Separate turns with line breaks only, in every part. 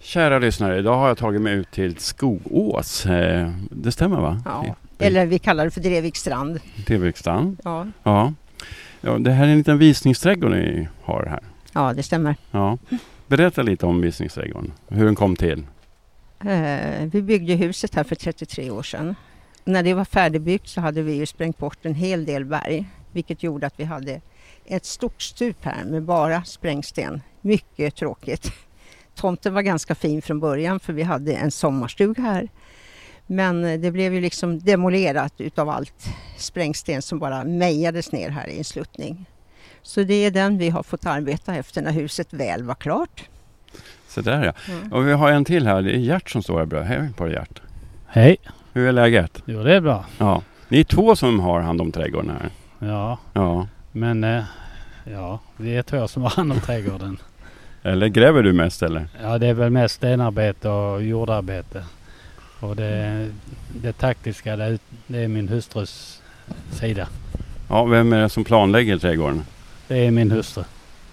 Kära lyssnare, idag har jag tagit mig ut till Skogås. Eh, Det stämmer va?
Ja. Eller vi kallar det för Drevikstrand.
Treviksdagen.
Ja,
Ja. ja. Det här är en liten visningsträdgård ni har här.
ja det stämmer.
Ja. Berätta lite om visningsträdgården. Hur den kom till.
Eh, vi byggde huset här för 33 år sedan. När det var färdigbyggt så hade vi ju sprängt bort en hel del berg, vilket gjorde att vi hade ett stort stup här med bara sprängsten. Mycket tråkigt. Tomten var ganska fin från början för vi hade en sommarstuga här. Men eh, det blev ju liksom demolerat utav allt sprängsten som bara mejades ner här i en sluttning. Så det är den vi har fått arbeta efter när huset väl var klart.
Så där ja.
Mm.
Och vi har en till här. Det är Gert som står här. bredvid. Hej på dig Gert.
Hej!
Hur är läget?
Jo det är bra.
Ja. Ni är två som har hand om trädgården här.
Ja,
Ja.
men eh, ja, det är två som har hand om trädgården.
Eller gräver du mest eller?
Ja, det är väl mest stenarbete och jordarbete. Och det, det taktiska, det, är- det är min hustrus sida.
Ja, vem är det som planlägger trädgården?
Det är min hustru.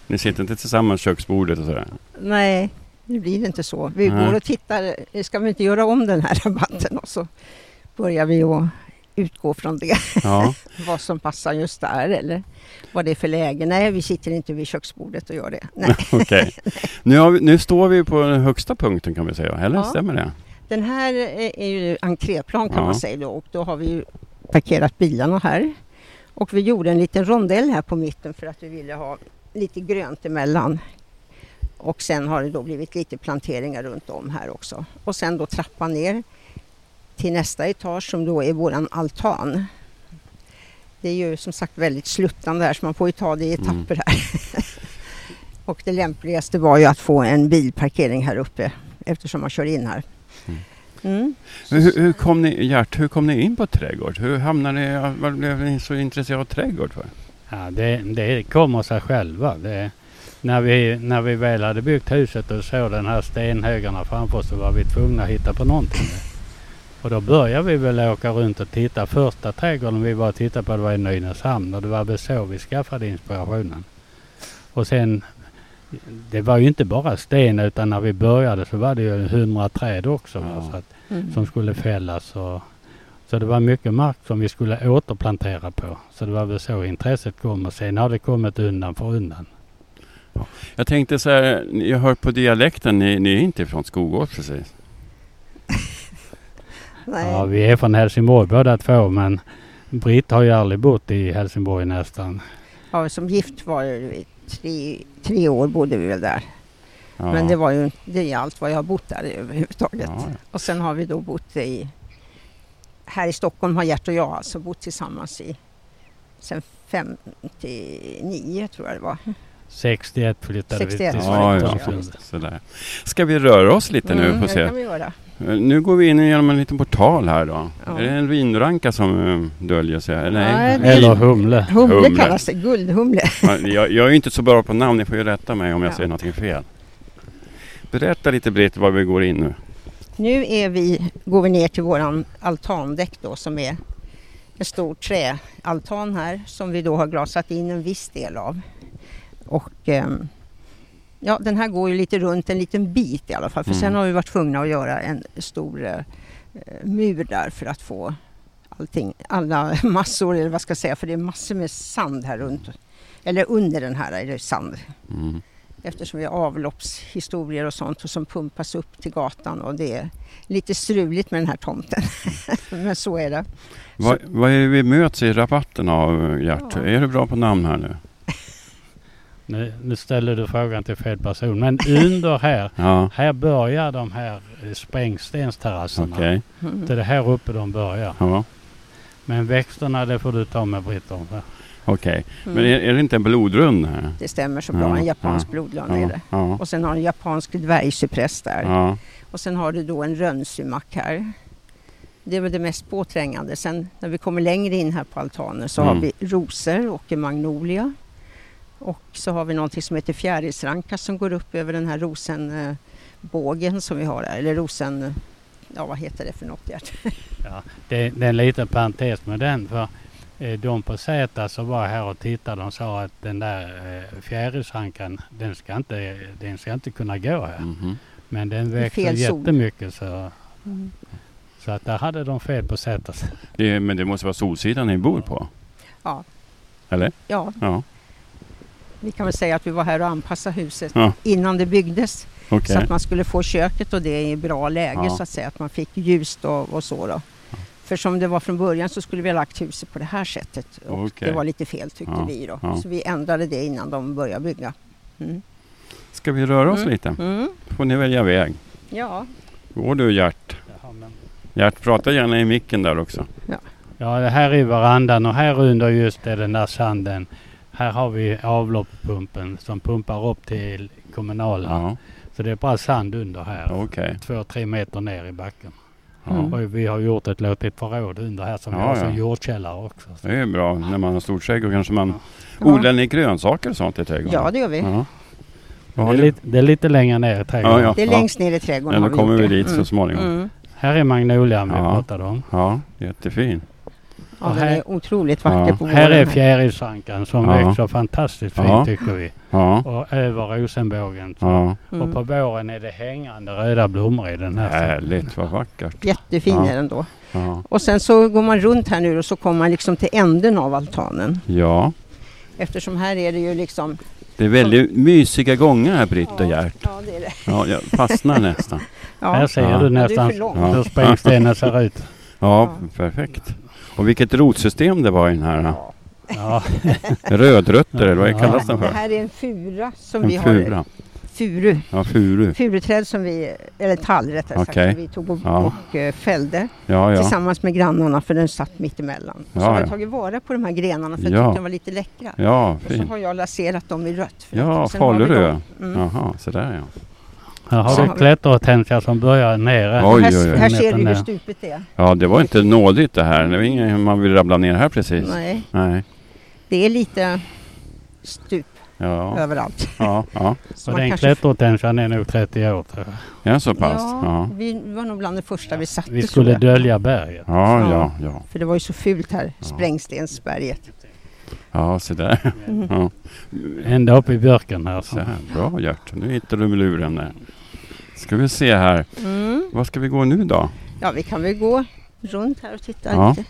Ni sitter inte tillsammans vid köksbordet och sådär?
Nej, det blir inte så. Vi
Nej.
går och tittar, ska vi inte göra om den här rabatten? Och så börjar vi att utgå från det,
Ja.
vad som passar just där eller vad det är för läge. Nej, vi sitter inte vid köksbordet och gör det. Nej.
Okej. Nu, har vi, nu står vi på den högsta punkten kan vi säga, eller?
Ja.
Stämmer det?
Den här eh, är är ju entréplan kan
Ja.
man säga då, och då har vi ju parkerat bilarna här. Och vi gjorde en liten rondell här på mitten för att vi ville ha lite grönt emellan. Och sen har det då blivit lite planteringar runt om här också. Och sen då trappan ner till nästa etage som då är våran altan. Det är ju som sagt väldigt sluttande här så man får ju ta det i etapper
Mm.
här. och det lämpligaste var ju att få en bilparkering här uppe eftersom man kör in här.
Mm.
Mm.
Men Hur, hur kom ni, Gert, hur kom ni in på trädgård? Hur hamnade ni, vad blev ni så intresserade av trädgård för?
Ja, det, det kommer sig själva. Det, när, vi, när vi väl hade byggt huset och såg den här stenhögarna framför oss så var vi tvungna att hitta på någonting. Och då började vi väl åka runt och titta. Första trädgården vi var och tittade på det var i Nynäshamn och det var väl så vi skaffade inspirationen. Och sen, det var ju inte bara sten utan när vi började så var det ju hundra träd också. va,
Ja.
Så att,
Mm.
som skulle fällas. Och, så det var mycket mark som vi skulle återplantera på. Så det var väl så intresset kom och sen har det kommit undan för undan.
Jag tänkte så här, jag hör på dialekten, ni, ni är inte från Skogås precis?
Nej.
Ja, vi är från Helsingborg båda två men Britt har ju aldrig bott i Helsingborg nästan.
Ja, som gift var det i tre, tre år bodde vi väl där.
Ja.
Men det var ju det är allt vad jag har bott där överhuvudtaget.
Ja, ja.
Och sen har vi då bott i, här i Stockholm har Gert och jag alltså bott tillsammans i sen 59 tror jag det var.
61 flyttade
61
vi till
var det, ja.
Stockholm.
Sådär. Ska vi röra oss lite nu? Får
Mm. det
se.
kan vi göra.
Nu går vi in genom en liten portal här då.
Ja.
Är det en vinranka som eh, döljer sig? här? Nej,
Nej,
vin-
det-
Eller Humle.
Humle,
Humle.
kallas det, guldhumle.
Ja, Jag, jag är ju inte så bra på namn, ni får ju rätta mig om jag
Ja.
säger någonting fel. Berätta lite Britt var vi går in nu.
Nu är vi, går vi ner till våran altandäck då som är en stor träaltan här som vi då har glasat in en viss del av. Och ehm, ja, den här går ju lite runt en liten bit i alla fall för sen
Mm.
har vi varit tvungna att göra en stor eh, mur där för att få allting, alla massor eller vad ska jag säga för det är massor med sand här runt. Eller under den här är det sand
Mm.
eftersom vi har avloppshistorier och sånt och som pumpas upp till gatan och det är lite struligt med den här tomten. Men så är det.
Vad, vad är det vi möts i rabatten av Gert?
Ja.
Är du bra på namn här nu?
Nu, nu ställer du frågan till fel person men under här,
Ja,
här börjar de här eh, sprängstensterrasserna.
okej.
Mm.
Det är här uppe de börjar.
Ja,
Men växterna det får du ta med Britt om.
okej. Men
Mm.
är, är det inte en blodrund här?
Det stämmer så bra, en
Ja,
japansk
ja,
blodlön är
Ja,
det.
ja,
Och sen har du en japansk dvärgcypress där.
ja.
Och sen har du då en rönsumack här. Det är väl det mest påträngande. Sen när vi kommer längre in här på altanen så har
Mm.
vi rosor och en magnolia. Och så har vi någonting som heter fjärilsranka som går upp över den här rosenbågen som vi har här. Eller rosen... Ja, vad heter det för något Gert?
Det, det är en liten parentes med den. För eh, de på Zäta som var här och tittade de sa att den där eh, fjärilshankan den ska, inte, den ska inte kunna gå här.
Mhm.
Men den växte
fel sol.
jättemycket så,
Mm.
så att där hade de fel på alltså. sättet.
Det, är- men det måste vara Solsidan ni bor på?
Ja.
Eller?
Ja,
Ja,
vi kan väl säga att vi var här och anpassade huset
Ja.
innan det byggdes.
okej.
Så att man skulle få köket och det i bra läge
Ja.
så att säga. Att man fick ljust och, och så då. För som det var från början så skulle vi ha lagt huset på det här sättet. Och
Okej.
Det var lite fel tyckte
Ja,
vi då.
ja.
Så vi ändrade det innan de började bygga. Mm.
Ska vi röra oss
Mm.
lite?
Mm.
får ni välja väg.
Ja.
Går du Gert?
Jaha, men-
Gert, prata gärna i micken där också.
Ja, det här är verandan och här under just är den där sanden. Här har vi avloppspumpen som pumpar upp till kommunala.
Ja,
Så det är bara sand under här.
okej.
Två, tre meter ner i backen.
Ja.
Mm.
Och vi har gjort ett litet förråd under här som vi
Ja,
har
ja.
som jordkällare också. Så.
Det är bra när man har stort skägg och kanske man...
Ja.
Odlar ni grönsaker och sånt i trädgården?
ja, det gör vi.
Ja. Vad
Det,
har
är
ni?
lite, det är lite längre ner i trädgården.
Ja, ja.
Det är längst ner i trädgården.
Ja, då
har vi
kommer
gjort
vi
det.
dit så småningom.
Mm.
Här är magnolian vi
Ja.
pratade om.
Ja, jättefin.
Ja,
Och
den
här-
är otroligt vacker
Ja.
på våren.
Här är fjärilsankan som
Ja.
växer fantastiskt fint
Ja.
tycker vi.
Ja,
Och över rosenbågen.
ja.
Mm.
Och på våren är det hängande röda blommor i den här.
härligt. Vad vackert.
Jättefin
Ja.
är den då.
Ja.
Och sen så går man runt här nu och så kommer man liksom till änden av altanen.
ja,
Eftersom här är det ju liksom...
det är väldigt mysiga gångar här Britt och Gert.
Ja, det är det.
Ja, jag fastnar nästan.
Här
Ja.
ser
Ja.
du
Ja, du är
nästan
för lång.
Ja.
hur sprängstenen ser ut.
Ja, perfekt. Och vilket rotsystem det var i den här. då.
Ja.
Ja,
Rödrötter eller vad
Ja.
kallas den
Det
för?
här är en fura som vi
En
har.
fura.
Furu.
Ja, furu.
Furuträd som vi, eller tall rättare sagt,
Okej.
som vi tog och,
Ja.
och eh, fällde
Ja, ja.
tillsammans med grannarna för den satt mitt emellan.
Ja,
så har jag
ja.
tagit vara på de här grenarna för
Ja.
jag tyckte de var lite läckra.
Ja,
Och så
fint.
har jag laserat dem i rött. för
Ja,
att- sen har vi
Falurö.
dem. Mm.
Jaha, så där ja.
här
Så
har
har
du
vi-
klätterhortensia som börjar nere.
Oj,
här,
oj, oj.
här ser du hur
Meter ner.
stupet är.
Ja, det var inte nådigt det här. Det var ingen man vill rabbla ner här precis.
Nej,
Nej.
det är lite stup
Ja,
överallt.
ja, ja.
Så
Och
man
den
kanske-
klätterhortensian är nog 30 år tror jag.
Ja, så pass.
Ja,
Ja,
vi var nog bland det första vi satte.
Vi
tror
skulle
jag.
dölja berget.
ja, ja. ja.
För det var ju så fult här,
Ja.
Sprängstensberget.
Ja, se där.
Mm.
Ja,
Ända upp i björken här.
så
Så.
här. Bra Gert, nu hittar du luren där. Ska vi se här,
Mm.
vad ska vi gå nu då?
Ja, vi kan väl gå runt här och titta
Ja.
lite.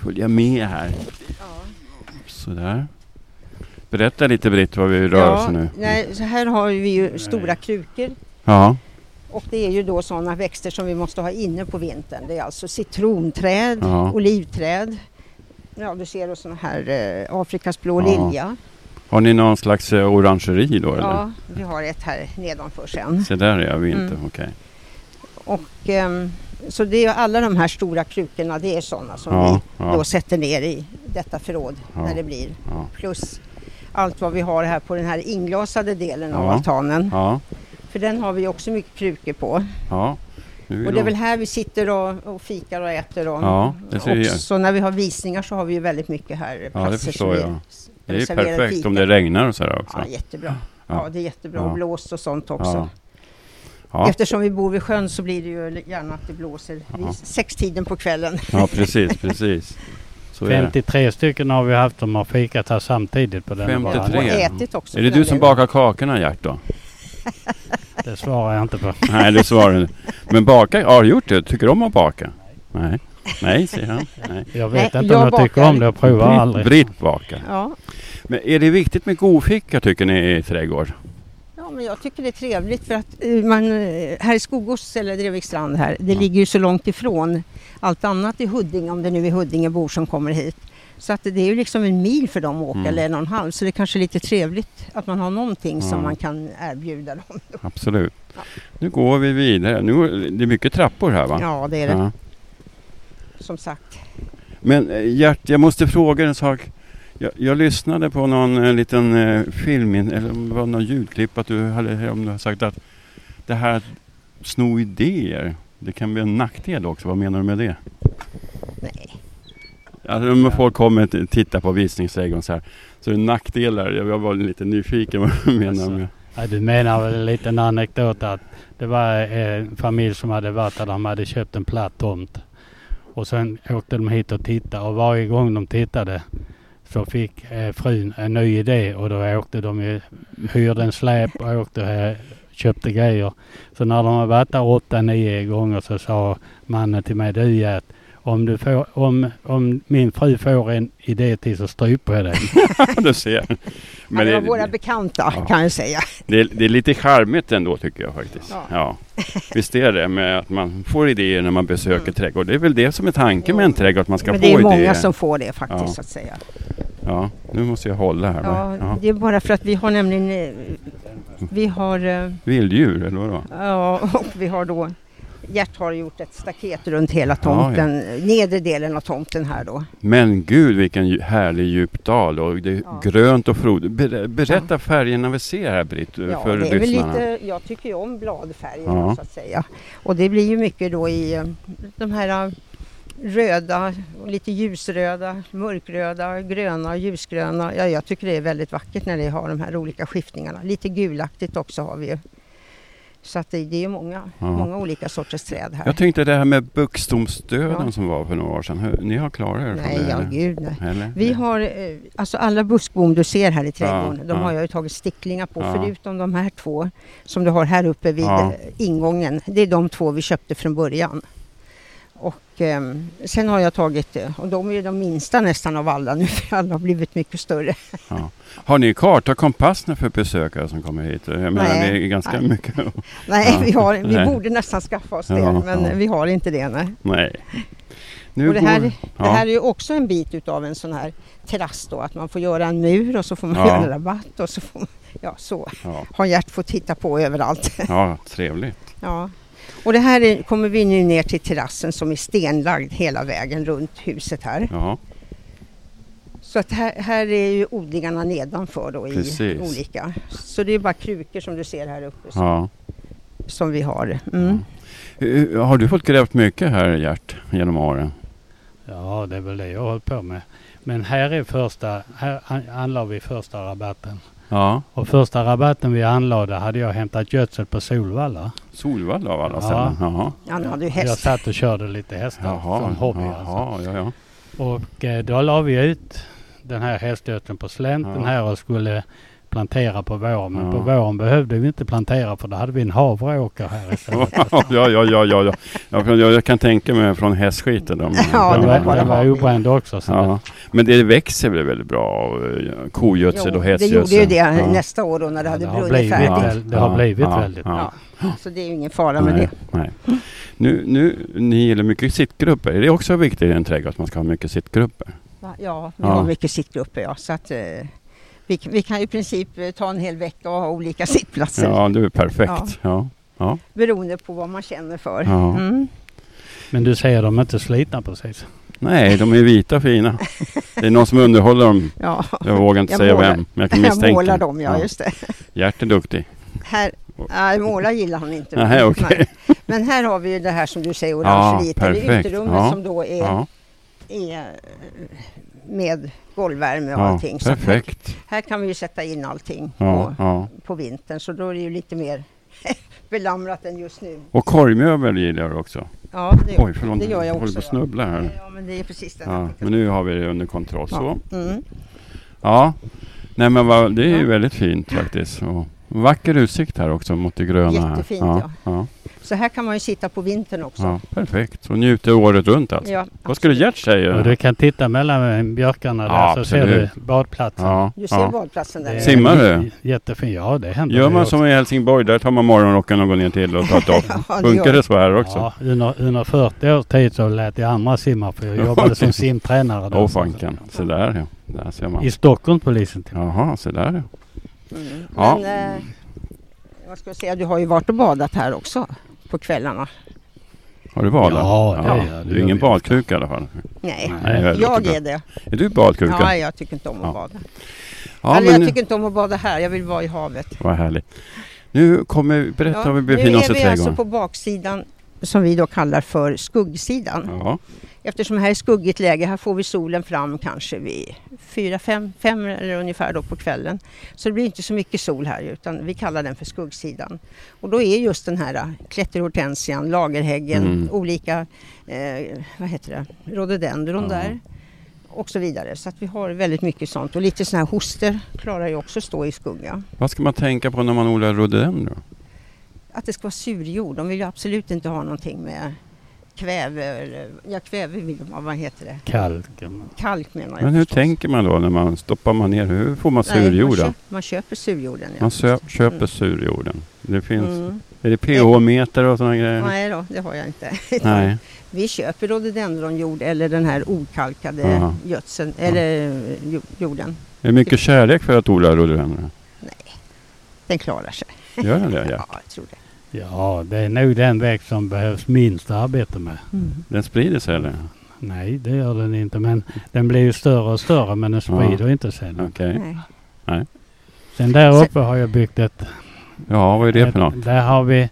Följa med här. Sådär. Berätta lite Britt vad vi rör oss
Ja,
nu.
nej, så här har vi ju stora krukor
Ja,
och det är ju då sådana växter som vi måste ha inne på vintern. Det är alltså citronträd,
Ja.
olivträd, ja du ser då sån här eh, Afrikas blå
Ja.
lilja.
har ni någon slags eh, orangeri då eller?
Ja, vi har ett här nedanför sen.
Se där är vi inte,
Mm.
okej.
Och, ehm, så det är ju alla de här stora krukorna, det är sådana som
Ja,
vi då
ja,
sätter ner i detta förråd
Ja.
när det blir.
ja,
Plus allt vad vi har här på den här inglasade delen av
Ja.
altanen.
ja,
För den har vi också mycket krukor på.
ja. Nu
Och det är
de-
väl här vi sitter och, och fikar och äter. Och,
Ja, det ser jag.
och så när vi har visningar så har vi ju väldigt mycket här. platser som
förstår
vi-
jag.
som
Det
vi
är ju
serverar
perfekt
fika.
om det regnar och sådär också.
Ja, jättebra.
Ja.
Ja, det är jättebra.
Ja.
Och blåst och sånt också.
Ja. Ja,
Eftersom vi bor vid sjön så blir det ju gärna att det blåser vid
Ja.
sextiden på kvällen.
ja, precis, precis. Så är det.
53 stycken har vi haft som har fikat här samtidigt på den
53.
Och
Tre.
verandan.
ätit också.
Är det
för den
du som
delen.
bakar kakorna Gert då?
Det svarar jag inte på.
Nej, det svarar du. Men baka, har du gjort det? Tycker du om att baka? Nej, nej säger han. Nej.
Jag vet
Nej,
inte
jag
om jag tycker
bakar.
om det. Jag provar
Britt,
aldrig.
Britt bakar.
Ja.
Men är det viktigt med godficka tycker ni i trädgård?
ja, men jag tycker det är trevligt för att eh, man, eh, här i Skogås eller Drevikstrand här, det ligger ju så långt ifrån allt annat i Huddinge, om det nu är Huddingebor som kommer hit. Så att det är ju liksom en mil för dem att åka,
Mm.
eller en och en halv, så det är kanske är lite trevligt att man har någonting
Ja.
som man kan erbjuda dem.
Absolut.
Ja.
Nu går vi vidare. Nu, det är mycket trappor här va?
Ja, det är det,
Ja.
som sagt.
Men eh, Gert, jag måste fråga en sak. Jag, jag lyssnade på någon eh, liten eh, film, in- eller om det var någon ljudklipp, att du hade, eh, om du har sagt att det här att sno idéer, det kan bli en nackdel också. Vad menar du med det?
Nej.
Alltså om folk kommer t- titta på visningsträdgården så här. Så är det nackdelar. Jag jag var lite nyfiken vad du
Alltså.
menar med.
Ja, du menar väl en liten anekdot att det var eh, en familj som hade varit där de hade köpt en platt tomt. Och sen åkte de hit och tittade och varje gång de tittade så fick eh, frun en ny idé och då åkte de ju, hyrde en släp och åkte eh, köpte grejer. Så när de har varit där åtta, nio gånger så sa mannen till mig, du Gert, om, du får, om, om min fru får en idé till så stryper jag dig.
du ser.
Men det var våra
det,
bekanta
Ja.
kan jag säga.
det, är, det är lite charmigt ändå tycker jag faktiskt.
Ja.
Ja. Visst är det med att man får idéer när man besöker
Mm.
trädgård. Det är väl det som är tanken med en trädgård, att man ska
Men
få
det är många
idéer.
som får det faktiskt
Ja.
så att säga.
Ja, nu måste jag hålla här.
Ja,
va? Ja.
Det är bara för att vi har nämligen, eh, vi har eh,
Vilddjur, eller vadå?
Ja, och vi har då Gert har gjort ett staket runt hela tomten, nedre delen av tomten här då.
Men gud vilken dju- härlig djup dal och det är
Ja.
grönt och frodigt. Ber, berätta färgerna vi ser här Britt,
Ja,
för
det är väl
lyssnarna.
lite, jag tycker ju om bladfärgerna
Ja.
så att säga. Och det blir ju mycket då i eh, de här eh, röda, och lite ljusröda, mörkröda, gröna, ljusgröna. Ja, jag tycker det är väldigt vackert när det har de här olika skiftningarna. Lite gulaktigt också har vi ju. Så att det, det är ju många,
Ja.
många olika sorters träd här.
Jag tänkte det här med buxtomsdöden
Ja.
som var för några år sedan. Hur, ni har klarat er
Nej,
från det?
ja
eller?
gud nej.
eller?
Vi har, eh, alltså alla buskbom du ser här i trädgården, de
ja.
har jag ju tagit sticklingar på
Ja.
förutom de här två som du har här uppe vid
Ja.
eh, ingången. Det är de två vi köpte från början. Och ehm, sen har jag tagit, eh, och de är ju de minsta nästan av alla nu för alla har blivit mycket större.
Har ni karta och kompass nu för besökare som kommer hit? Jag menar,
Nej.
det är ganska
Nej.
mycket.
Nej,
Ja.
vi, har, vi
Nej.
borde nästan skaffa oss det,
Ja,
men eh,
ja.
vi har inte det. Nej.
Nej. Nu
Och det här-
går-
Det
ja.
här är ju också en bit utav en sån här terrass då, att man får göra en mur och så får man
Ja.
göra en rabatt och så får man, ja så
ja.
har Gert fått titta på överallt.
ja, trevligt.
Ja, och det här är, kommer vi nu ner till terrassen som är stenlagd hela vägen runt huset här.
Ja,
Så att här, här är ju odlingarna nedanför då i
Precis.
olika. Så det är bara krukor som du ser här uppe som,
ja.
som vi har. Mm.
Eh, Har du fått grävt mycket här Gert genom åren?
Ja, det är väl det jag har hållit på med. Men här är första, här an- anlade vi första rabatten.
Ja,
Och första rabatten vi anlade hade jag hämtat gödsel på Solvalla.
Solvalla av alla
Ja.
ställen. Jaha.
Han hade ju
Jag
häst.
satt och körde lite hästar som hobby alltså.
jaha, ja, ja.
Och eh, då la vi ut den här hästgödseln på slänten
Ja.
här och skulle plantera på våren. Men
Ja.
på våren behövde vi inte plantera för då hade vi en havreåker här istället.
ja, ja, ja, ja, ja. ja för jag, jag kan tänka mig från hästskiten. De,
Ja,
Den
det var
var,
bara
den var
havre.
obränd också. Så
Ja. Men det växer väl väldigt bra av eh, kogödsel och
det
hästgödsel?
gjorde ju det
Ja.
nästa år då när det hade
det har
brunnit
blivit,
färdigt.
färdigt.
väl, det har
Ja,
blivit
ja,
väldigt
ja.
bra.
Så det är ju ingen fara med
nej,
det.
Nej. Nu, nu, ni gillar mycket sittgrupper. Är det också viktigt i en trädgård att man ska ha mycket sittgrupper?
Va? Ja, vi
Ja.
har mycket sittgrupper ja. Så att, eh, vi, k- vi kan ju i princip eh, ta en hel vecka och ha olika sittplatser
Ja, det är perfekt. Ja. Ja.
beroende på vad man känner för.
Ja.
Mm.
Men du ser de är inte slitna precis.
Nej, de är vita fina. Det är någon som underhåller dem.
Ja.
Jag vågar inte
Jag
säga
målar.
vem, men jag kan
Jag
misstänka.
målar dem, ja, just det.
Gert är duktig.
Här, nej, måla gillar han inte.
Nej, okej.
Nej. Men här har vi ju det här som du säger, orangeriet,
Ja,
eller
perfekt.
uterummet
Ja,
som då är,
Ja,
är eh, med golvvärme och
ja,
allting. Så att här,
perfekt.
här kan vi ju sätta in allting
Ja, ja.
på, på vintern, så då är det ju lite mer belamrat än just nu.
Och korvmjöbel gillar du också.
Ja, det gör,
Oj, förlåt.
det gör jag
håller på
också.
att snubbla
ja.
här.
ja, men det är precis den.
Ja, men nu har vi det under kontroll. Så.
Mm.
Ja. Nej, men vad, det är ju
Ja.
väldigt fint faktiskt. Och vacker utsikt här också mot det gröna. här.
Jättefint,
ja. Ja,
Så här kan man ju sitta på vintern också.
ja, perfekt. Och njuter året runt alltså.
Ja,
Vad skulle Gert
Och
säga?
du kan titta mellan björkarna där
Ja,
så ser du
absolut.
badplatsen.
Ja,
du ser
ja.
badplatsen där.
Det är
nere.
Simmar du?
Jättefin. Ja, det händer.
Gör
det
man
också.
som i Helsingborg, där tar man morgonrocken och går ner till och tar ett dopp.
Ja, det gör
Funkar det så här också?
Ja, under, under 40 års tid så lät jag andra simma för jag jobbade som simtränare. där.
Åh fanken, se där ja. Där ser man.
I Stockholmspolisen till
Jaha, se där ja.
Mm.
Ja.
Men, eh, vad ska jag säga, du har ju varit och badat här också på kvällarna.
Har du badat?
Ja, det gör jag. Det
Du är
gör
ingen
vi.
badkruka i alla fall.
Nej,
Nej,
Nej.
väl,
jag
låter
är det.
bra. Är du badkruka?
Ja, jag tycker inte om att
Ja.
bada.
Ja,
Eller jag
nu-
tycker inte om att bada här, jag vill vara i havet.
Vad härligt. Nu kommer vi berätta var vi
nu
befinner oss i
är vi alltså
trädgården.
på baksidan som vi då kallar för skuggsidan.
Ja,
Eftersom här är skuggigt läge, här får vi solen fram kanske vid fyra, fem, fem eller ungefär då på kvällen. Så det blir inte så mycket sol här utan vi kallar den för skuggsidan. Och då är just den här äh, klätterhortensian, lagerhäggen,
Mm.
olika eh, vad heter det? rhododendron
Ja.
där och så vidare. Så att vi har väldigt mycket sånt och lite sådana här hoster klarar ju också att stå i skugga.
vad ska man tänka på när man odlar rhododendron?
att det ska vara surjord. De vill ju absolut inte ha någonting med kväve eller, ja kväve vill de ha, vad heter det?
Kalk.
Kalk menar jag
Men hur
förstås.
tänker man då när man stoppar man ner? Hur får man
Nej, Man,
surjorden?
köper, man köper surjorden ja.
Man sö- köper
Mm.
surjorden. Det finns,
Mm.
är det pH-meter och sådana grejer?
Nej då, det har jag inte.
Nej.
Vi köper rhododendronjord eller den här okalkade
Ja.
gödseln, eller jo- jorden.
Är det mycket kärlek för att odla rhododendron?
Den klarar sig.
Gör den det? Ja.
jag tror det.
Ja, det är nog den växt som behövs minst arbete med.
Den sprider sig eller?
Nej, det gör den inte. Men den blir ju större och större men den sprider inte sig. något.
Okej.
Nej.
Sen där uppe har jag byggt ett...
Ja, vad är det
ett-
för något?
Där har vi...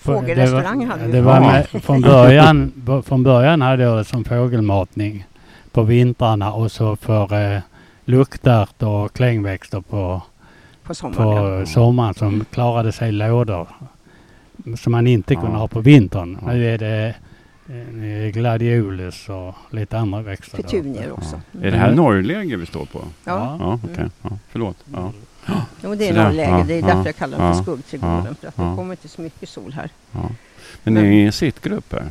Fågelrestaurang hade vi.
Det var
Ja.
med, från, början, bo- från början hade jag det som fågelmatning på vintrarna och så för eh, luktart och klängväxter på,
På sommaren.
på
ja.
eh, sommaren som klarade sig i lådor. Som man inte kunde
Mm. Ja.
ha på vintern.
Ja.
Nu är det eh, gladiolus och lite andra växter. där uppe.
Petunier också.
Ja. Är det här
Mm.
norrläge vi står på?
Ja, Mm.
Ja, okej. Ja, förlåt. Ja.
jo, det är
Sådär.
norrläge.
Ja,
det är
ja,
därför jag kallar den för
ja,
skuggträdgården. För att det
ja.
kommer inte så mycket sol här.
Ja. Men ni är i sittgrupp här?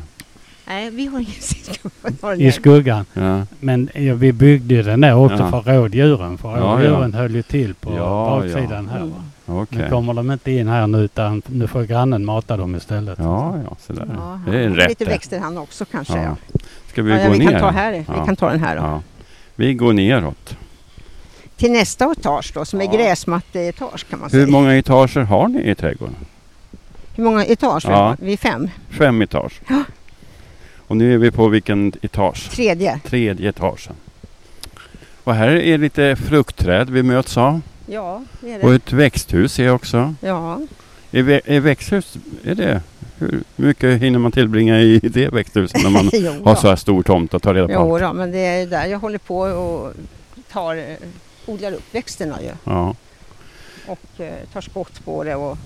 Nej, vi har ingen sittgrupp på
I
norrläge.
skuggan.
Ja.
Men ja, vi byggde ju den där också
Ja.
för rådjuren. För
Ja,
rådjuren höll ju till på
Ja,
baksidan här.
Mm.
Va? Nu
Okej.
kommer de inte in här nu utan nu får grannen mata dem istället.
Ja, ja, sådär.
Ja,
det är
han-
rätt
Lite
det.
växter han också kanske.
Ja.
Ja.
Ska vi
Ja, ja,
gå
vi
ner?
kan ta här.
Ja.
Vi kan ta den här då.
Ja. Vi går neråt.
Till nästa etage då, som
Ja.
är gräsmatteetage kan man
Hur
säga.
många etager har ni i trädgården?
Hur många etage?
Ja.
Ja. Vi är fem.
Fem etage. Och nu är vi på vilken etage?
Tredje.
Tredje etagen. Och här är lite fruktträd vi möts av.
Ja, det är
Och
det.
ett växthus ser jag också.
Ja.
Är, vä- är växthus, är det, hur mycket hinner man tillbringa i det växthuset när man
jo,
har
då.
så här stor tomt att ta reda på allt?
Jo då, men det är där jag håller på och tar, eh, odlar upp växterna ju.
Ja,
Och eh, tar skott på det och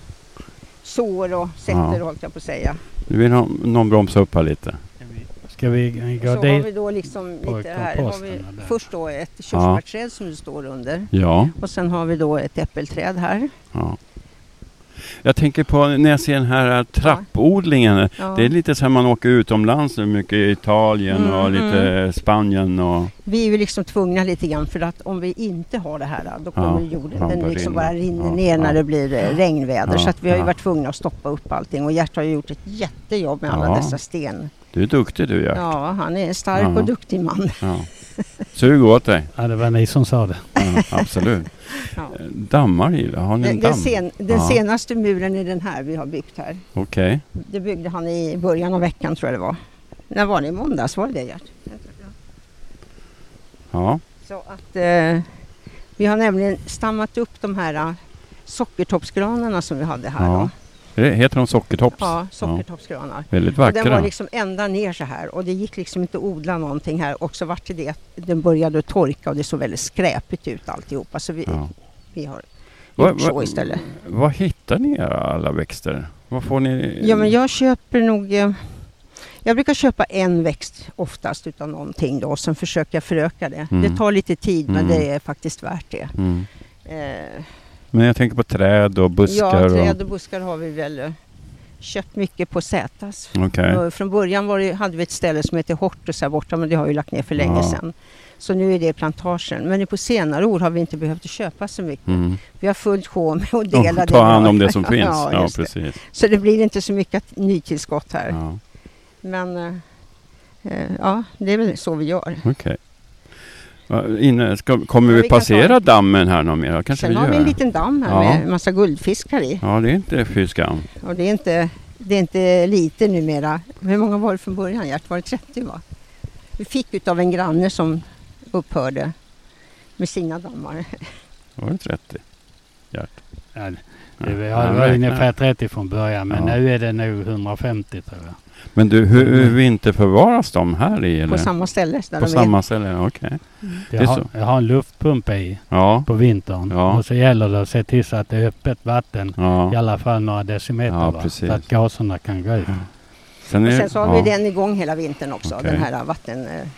sår och sätter,
Ja.
ja. jag på att säga.
nu vill någon, någon bromsa upp här lite.
Ska vi
Så
gå
har
dit?
vi då liksom
på
lite här. Har vi
komposterna där.
först då ett körsbärsträd som du står under.
Ja,
Och sen har vi då ett äppelträd här.
ja. Jag tänker på när jag ser den här eh, trappodlingen.
Ja.
Det är lite så här man åker utomlands nu, mycket i Italien och
Mm,
lite Spanien och...
Vi är ju liksom tvungna lite grann för att om vi inte har det här då kommer
Ja,
jorden,
ja,
den
bara
liksom
rinner.
bara rinner
Ja,
ner när
ja.
det blir eh, regnväder.
Ja,
så att vi har ju
ja.
varit tvungna att stoppa upp allting och Gert har ju gjort ett jättejobb med alla
Ja.
dessa sten.
Du är duktig du Gert.
Ja, han är en stark
Ja.
och duktig man.
Ja. Sug åt dig.
Ja, det var ni som sa det.
Ja, absolut.
Ja.
Eh, Dammar gillar Har ni en
Den,
damm?
den, sen, den
Ja.
senaste muren är den här vi har byggt här.
Okej.
Det byggde han i början av veckan tror jag det var. När var det? I måndags? Var det det Gert?
Ja.
Så att eh, vi har nämligen stammat upp de här eh, sockertoppsgranarna som vi hade här.
ja.
Då.
Är det- Heter de sockertopps?
Ja, sockertoppsgranar.
Väldigt
Och Den
vackra.
var liksom ända ner så här och det gick liksom inte att odla någonting här. Och så vart det det att den började att torka och det såg väldigt skräpigt ut alltihopa. Så vi,
Ja.
vi har
Va-
gjort så
va-
istället.
Var hittar ni era alla växter? Vad får ni?
Ja men jag köper nog... eh, Jag brukar köpa en växt oftast utan någonting då och sen försöker jag föröka det.
Mm.
Det tar lite tid men
Mm.
det är faktiskt värt det.
Mm.
Eh,
Men jag tänker på träd och buskar.
ja,
Och...
träd och buskar har vi väl eh, köpt mycket på Sätas.
Okej.
Och Från början var det, hade vi ett ställe som heter Hortus här borta, men det har ju lagt ner för länge
Ja.
sedan. Så nu är det plantagen. Men nu på senare år har vi inte behövt köpa så mycket.
Mm.
Vi har fullt sjå med att
Och
dela det. vi
Ta hand
har.
om det som finns.
Ja,
Ja,
just det.
precis.
Så det blir inte så mycket att- nytillskott här.
Ja.
Men eh, eh, ja, det är väl så vi gör.
Okej. Va, Inne, ska, kommer
Ja,
vi,
vi kan
passera dammen här någon mer? Kanske
Sen
vi
har
gör.
vi en liten damm här
Ja.
med massa guldfiskar i.
Ja, det är inte fy skam.
Och det är inte, det är inte lite numera. Hur många var det från början Gert? Var det 30 va? Vi fick utav en granne som upphörde med sina dammar.
Var det 30? Gert?
Ja, det var,
Ja,
det var
nej,
ungefär
nej.
30 från början men
Ja.
nu är det nog 150 tror jag.
Men du, hur, hur
Mm.
vinterförvaras de här i? Eller?
På samma ställe. Där
På
de
samma ställe? Okej. Det är
Jag har,
så.
jag har en luftpump i
Ja.
på vintern
Ja.
och så gäller det att se till så att det är öppet vatten i
ja.
alla fall några decimeter
Ja,
va?
precis.
så att gaserna kan gå ut.
är.
Sen,
Och
är,
sen så har vi
ja.
den igång hela vintern också,
Okej.
den här vattenfallet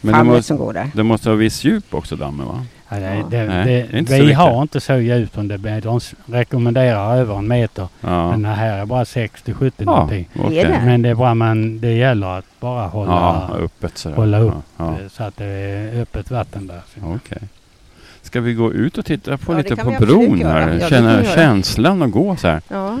Men det måste,
som går där.
det måste ha viss djup också dammen va?
Ja, det,
Ja.
det,
Nej,
det,
det är inte så
vi
viktigt.
har inte så djupt om det. men De s- rekommenderar över en meter.
Ja.
Men det här är bara 60-70
Ja,
någonting.
okej.
Är det?
Men det är bra man, det gäller att bara hålla
Ja, öppet sådär.
Hålla upp.
Ja,
eh, så att det är öppet vatten där.
ja. Okej. Ska vi gå ut och titta på
Ja, det
lite
kan
på
vi absolut
bron
göra. Ja,
här?
det kan
Känna
vi göra.
känslan att gå så här.
Ja.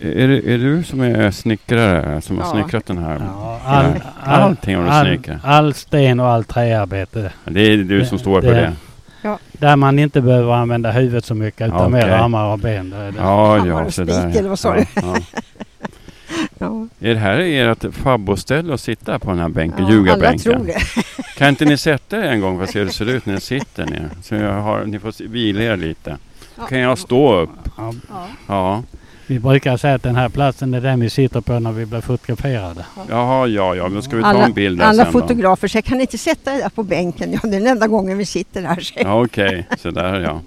Är det, är det du som är snickrare som har
Ja.
snickrat den här?
Ja, all, all,
Allting har du
all,
snickrat.
all sten och allt träarbete.
Det är du som
Det-
står för
det-
det.
Där man inte behöver använda huvudet så mycket utan
Ja,
mer
okej.
armar och ben. Där är det.
Ja,
Hammare
ja,
och
så där.
spik, eller vad sa du?
Ja,
Ja.
ja. Är det här ert fabboställe att sitta på den här bänken,
Ja, alla tror
ljugarbänken?
det.
Kan inte ni sätta er en gång för att se hur det ser ut när ni sitter ner? Så jag har, ni får s- vila er lite. Då kan jag stå upp.
Ja,
Ja.
Ja,
vi brukar säga att den här platsen är den vi sitter på när vi blir fotograferade.
Jaha, ja, ja, men ska vi ta
Alla,
en bild där
alla
sen då?
fotografer säger, kan ni inte sätta er där på bänken? Ja, det är den enda gången vi sitter här. säger
Ja, okej. Så där ja.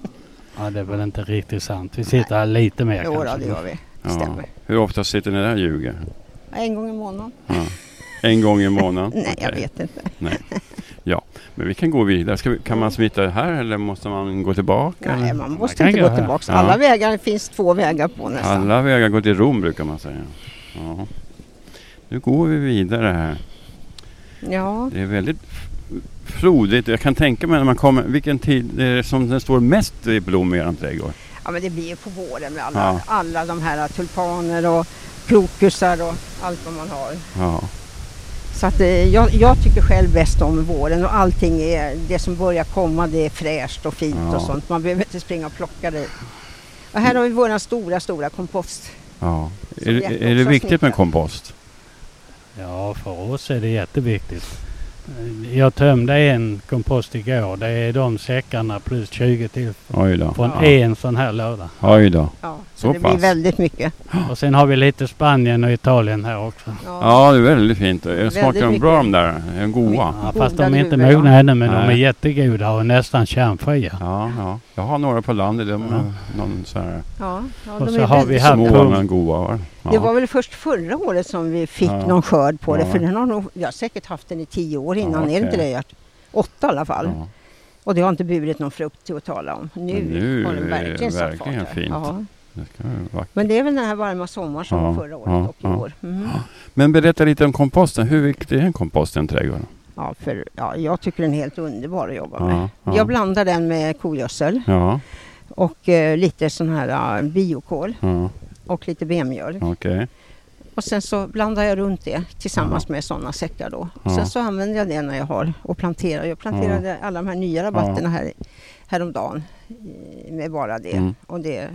Ja, det är väl inte riktigt sant. Vi sitter här lite mer
jag. Jo, då,
kanske.
det gör vi.
ja.
Stämmer.
Hur ofta sitter ni där och ljuger?
En gång i månaden?
Ja. En gång i månaden?
Nej, jag
Okej.
vet inte.
Men vi kan gå vidare. Ska vi, kan man smita här eller måste man gå tillbaka?
Nej,
eller?
man
Man
måste
kan
inte
gå
gå
här.
tillbaka.
Ja.
Alla vägar, finns två vägar på nästan.
Alla vägar går till Rom brukar man säga. Ja. Nu går vi vidare här.
Ja,
Det är väldigt f- frodigt. Jag kan tänka mig när man kommer, vilken tid det är som den står mest i blom i er trädgård?
ja, men det blir ju på våren med alla,
Ja.
alla de här tulpaner och krokusar och allt vad man har.
Ja.
Så att, eh, jag, jag tycker själv bäst om våren och allting är, det som börjar komma det är fräscht och fint
Ja.
och sånt. Man behöver inte springa och plocka det. Och här har vi våran stora, stora kompost.
ja.
Som
Är,
Bjarte
det- är det
också har
viktigt med
snickrat.
kompost?
Ja, för oss är det jätteviktigt. Jag tömde en kompost igår. Det är de säckarna plus 20 till
Oj då.
från
Ja.
en sån här låda.
Oj då.
Ja, så,
Så
det
pass.
blir väldigt mycket.
Och sen har vi lite Spanien och Italien här också.
Ja, det är väldigt fint. Jag
Väldigt
smakar de
mycket.
bra de där? Är de goda?
Ja, fast de
Odlade
är inte
huvuden,
mogna ännu men de är
Nej.
jättegoda och nästan kärnfria.
Ja, ja. Jag har några på landet. De har någon så här
Ja, ja,
Och
de
så
är
har
väldigt
vi här
små
på-
men goda. va? Ja.
Det var väl först förra året som vi fick
Ja.
någon skörd på det,
Ja.
för den har nog, jag har säkert haft den i tio år innan,
Ja,
är det inte
okej.
det Gert? Åtta i alla fall.
Ja.
Och det har inte burit någon frukt till att tala om. Nu,
Men nu
har
är det
den verkligen satt fart
verkligen
här.
fint.
Ja.
Det ska vara vackert.
Men det är väl den här varma sommaren som
Ja,
var förra året
ja,
och i
ja.
år. Mm.
Men berätta lite om komposten. Hur viktig är en kompost i en trädgård?
Ja, för, ja, jag tycker den är helt underbar att jobba med.
Ja, ja.
Jag blandar den med kogödsel
Ja,
och eh, lite sån här eh, biokol
ja
och lite benmjöl.
okej.
Och sen så blandar jag runt det tillsammans med sådana säckar då. Och
Ja.
Sen så använder jag det när jag har och planterar. Jag planterade alla de här nya rabatterna här, häromdagen eh, med bara det.
Mm.
Och det,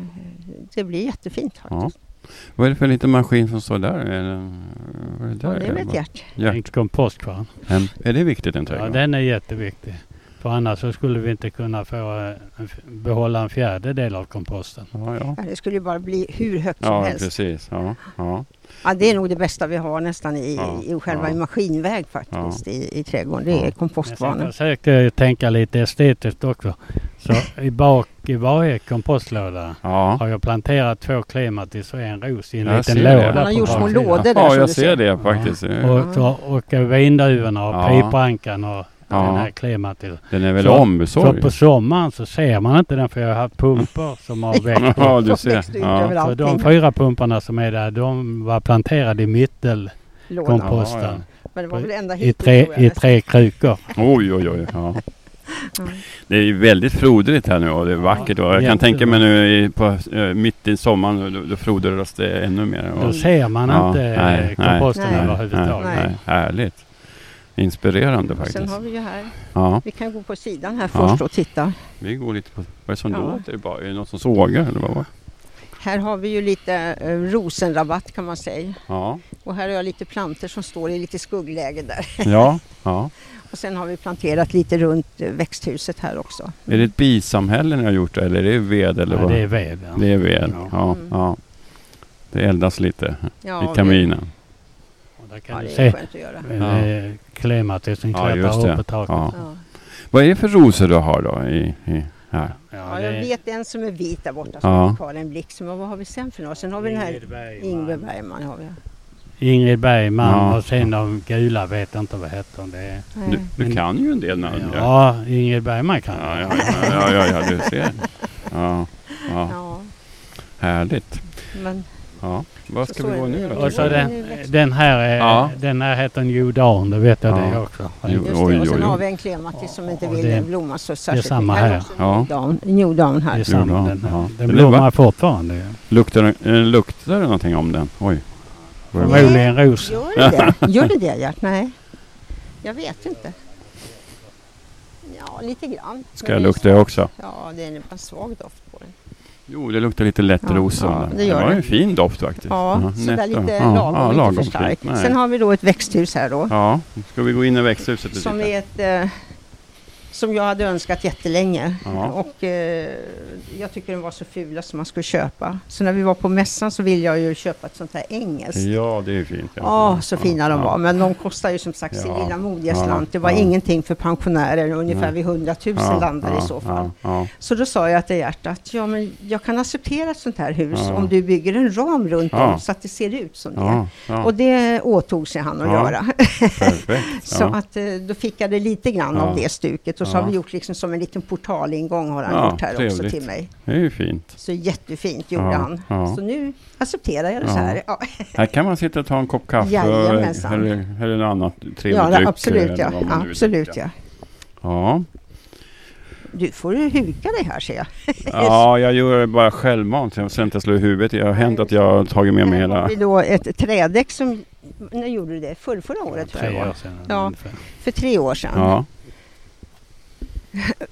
det blir jättefint faktiskt.
Vad är det för liten maskin som står där? Är det, vad är det,
Ja,
där?
det vet Gert.
Ja.
En kompostkvarn.
Hem. Är det viktigt i en
Ja,
trädgård?
den är jätteviktig. För annars så skulle vi inte kunna få eh, en f- behålla en fjärdedel av komposten.
ja, ja.
Ja, Det skulle ju bara bli hur högt som
ja
helst.
precis. Ja, ja.
Ja, det är nog det bästa vi har nästan i,
Ja,
i själva
ja.
i maskinväg faktiskt i, i trädgården. Det är
Ja.
Men sen
kompostkvarnen.
försökte jag ju tänka lite estetiskt också. Så i bak i varje kompostlåda
ja.
har jag planterat två klematis och en ros i en
Jag
liten
ser det.
låda.
Man
har
på
gjort små
baksidan.
lådor. Det där
ja
som
jag
du
ser
ser.
det faktiskt.
Och, så, och vindduvorna och
Ja.
pipankan och den här
Ja.
klematis.
Den är väl
Så- Så
ombesörjd?
på sommaren så ser man inte den för jag har haft pumpor som har växt upp.
Ja, du
De
ser.
växte ut
Ja.
överallt.
Så de
allting.
fyra pumporna som är där de var planterade i mittelkomposten.
Lådan.
kompos- Ja, ja.
Men det var väl ända
I
hit
tre,
tror jag,
i
nästan.
tre krukor.
Oj, oj, oj. Ja.
Ja.
Det är ju väldigt frodigt här nu och det är vackert. Och jag kan
jättebra.
tänka mig nu i, på, eh, mitt i sommaren då, då frodas det ännu mer.
Då
Och,
ser man
Ja,
inte eh,
nej, nej,
komposten
nej,
överhuvudtaget.
Nej, nej, härligt. Inspirerande
Och Sen
faktiskt.
har vi ju här,
Ja,
vi kan gå på sidan här
Ja.
först och titta.
vi går lite på... Vad är det som
Ja.
låter? Bara- Är det någon som sågar eller vad? var det?
Här har vi ju lite eh, rosenrabatt kan man säga.
Ja,
Och här har jag lite planter som står i lite skuggläge där.
ja, ja.
Och sen har vi planterat lite runt eh, växthuset här också.
Är det ett bisamhälle ni har gjort det, eller är det ved eller
Nej,
vad?
det är ved. ja.
det är ved.
Ja.
Ja. Ja,
Mm.
Det eldas lite
Ja,
i kaminen.
Och Där
Ja,
kan du
det är
se
skönt att göra.
Ja.
eh, klimatisen
Ja,
klättrar
just det.
upp på taket.
Ja.
Ja.
Vad är det för rosor du har då? I, i, här?
Ja,
Ja,
det
jag
är
vet en som är vit där borta som
Ja.
heter Karin Blixen. Och vad har vi sen för några? Sen har vi den här
Ingrid Bergman.
Ingve Bergman. Har vi.
Ingrid Bergman
Ja.
och sen de gula vet jag inte vad heter de. Det är,
Du,
Nej.
du
Men-
kan ju en del namn. Ja,
ja, Ingrid Bergman kan
ja, ja, ja, ja, ja, ja du ser. Ja, ja,
Ja,
härligt.
men
Ja. Vad
Så
ska
så
vi
är
gå
det.
nu då?
Och så
Ja,
den,
nu växer-
den här är,
Ja.
den här heter New Dawn, det vet jag
Ja.
det också.
Jo.
just det. Och
oj,
sen
oj.
har vi en klematis som inte
Ja,
vill
det-
blomma så särskilt.
samma
mycket.
här.
också
Ja.
New Dawn, New Dawn
Det är
här.
samma,
Dawn,
den,
ja.
här. den
Den
blommar
va-
fortfarande. ju.
Luktar, eh, luktar det någonting om den? Oj. Vad är det?
Förmodligen ros.
Gör det det Gör det det Gert? Nej. Jag vet inte. Ja, lite grann.
Ska
Men
jag
det är-
lukta jag också?
Ja, det är en- en svag doft på den.
Jo, det luktar lite lätt
Ja,
rosa.
ja,
det,
det gör
var
det.
en fin doft faktiskt.
Ja, sådär
nätt och-
lite
ja,
lagom,
ja,
inte
lagom
för stark.
fritt. Nej.
Sen har vi då ett växthus här då.
Ja, ska vi gå in i växthuset och
Som
titta?
är ett... Eh, som jag hade önskat jättelänge.
Ja.
Och eh, jag tycker den var så fula som man skulle köpa. Så när vi var på mässan så ville jag ju köpa ett sånt här engelskt.
Ja, det är fint. Ja, mm.
Ja, så fina de
ja.
var. Men de kostar ju som sagt sin
Ja.
lilla modiga
Ja.
slant. Det var
Ja.
ingenting för pensionärer, ungefär
Nej.
vid 100 000 landade i så fall.
Ja,
Så då sa jag till Gert att ja, men jag kan acceptera ett sånt här hus
Ja.
om du bygger en ram runt
Ja.
om så att det ser ut som
ja,
det.
ja, ja,
Och det åtog sig han att
Ja.
göra.
perfekt.
Så
ja.
att eh, då fick jag det lite grann
Ja.
av det stuket och så
Ja.
har vi gjort liksom som en liten portalingång har han
Ja,
gjort här också
trevligt.
till mig.
Det är ju fint.
Så jättefint gjorde
Ja,
han.
ja.
Så nu accepterar jag det
Ja.
så här. Ja.
Här kan man sitta och ta en kopp kaffe och-
Jajamensan.
eller, eller något annat trevligt
Ja,
dryck,
absolut
eller
ja.
vad man nu
Absolut
dricker.
ja.
Ja.
Du får ju huka dig här ser jag.
ja, jag gör det bara självmant så jag inte slår i huvudet. Det har hänt att jag har tagit med mig
Här
hela...
har vi då ett trädäck som, när gjorde du det? Förr, förra året tror jag det
Tre år
var.
sedan.
Ja.
ungefär.
För tre år sedan.
Ja,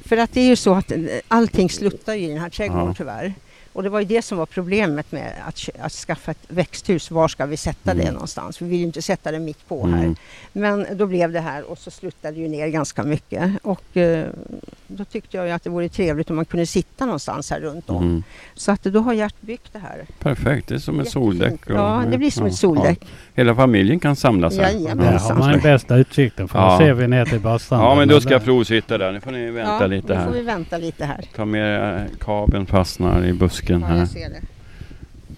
För att det är ju så att eh, allting sluttar ju i den här trädgården
Ja.
tyvärr. Och det var ju det som var problemet med att, kö- att skaffa ett växthus. Var ska vi sätta det
Mm.
någonstans? Vi vill ju inte sätta det mitt på här.
mm.
Men då blev det här och så slutade det ju ner ganska mycket. Och eh, då tyckte jag ju att det vore trevligt om man kunde sitta någonstans här runt om.
Mm.
Så att då har Gert byggt det här.
Perfekt, det är som ett
Jättefint.
soldäck. och-
Ja, det blir som
ja,
ett soldäck.
ja. Hela familjen kan samlas här.
Jajamensan.
Där har man den bästa utsikten för
Ja.
då ser vi ner till badstranden.
Ja, men då ska jag
där-
provsitta där. Nu får ni vänta
ja,
lite
nu
här.
får vi vänta lite här.
Ta med eh, kabeln fastnar i busken
Ja,
här.
jag ser det.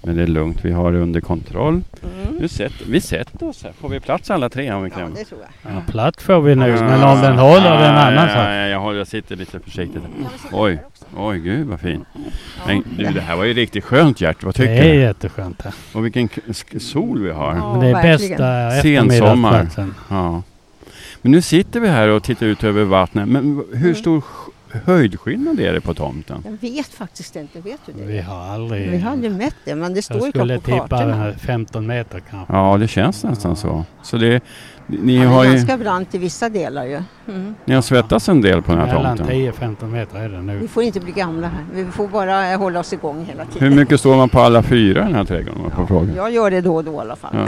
Men det är lugnt, vi har det under kontroll.
Mm.
Nu sätt, vi sätter oss här. Får vi plats alla tre om vi
Ja,
krämmer?
det tror jag.
Ja, platt får vi nu, men om
Ah.
den håller det är en
ja,
annan sak.
ja, jag, håller, jag sitter lite försiktigt. här.
Kan vi sitta
Oj.
här också?
Oj, gud vad fin.
Ja.
Men du, det här var ju riktigt skönt Gert. Vad tycker
Det är
du?
jätteskönt här.
Och vilken k- sk- sol vi har. Ja.
Ja.
Men det är
verkligen.
bästa
Sensommar.
eftermiddagsplatsen.
Men nu sitter vi här och tittar ut över vattnet. Men v-
Mm.
hur stor sj- höjdskillnad är det på tomten?
Jag vet faktiskt inte, vet du det?
Vi har aldrig...
Vi har aldrig mätt det, men det
jag
står ju klart
skulle
på
tippa den
kartorna.
här 15 meter kanske.
Ja, det känns nästan så. Så det, ni, ni
Det
har
är
ju,
ganska brant i vissa delar ju. Mm.
ni har svettats en del på den här
Mellan
tomten.
10-15 meter är det nu.
Vi får inte bli gamla här. Vi får bara eh, hålla oss igång hela tiden.
Hur mycket står man på alla fyra i den här trädgården? om jag får fråga?
Jag gör det då och då i alla fall.
Ja.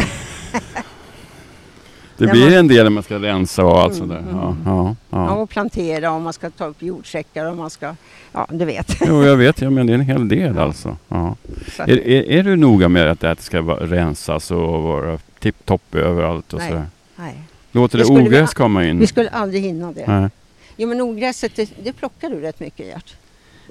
Det
när
blir
man-
en del när man ska rensa och allt
Mm,
sådär.
mm.
Ja, ja,
Ja,
ja.
och plantera om man ska ta upp jordsäckar om man ska... Ja, du vet.
Jo, jag vet, ja, men det är en hel del alltså. Ja.
Så att-
Är, är, är du noga med att det här ska vara- rensas och vara tipptopp överallt och
Nej.
sådär?
nej.
Låter
Det
det
skulle vi
ogräs
ha-
komma in?
Vi skulle aldrig hinna det.
Nej.
Jo, men ogräset, det, det plockar du rätt mycket, Gert.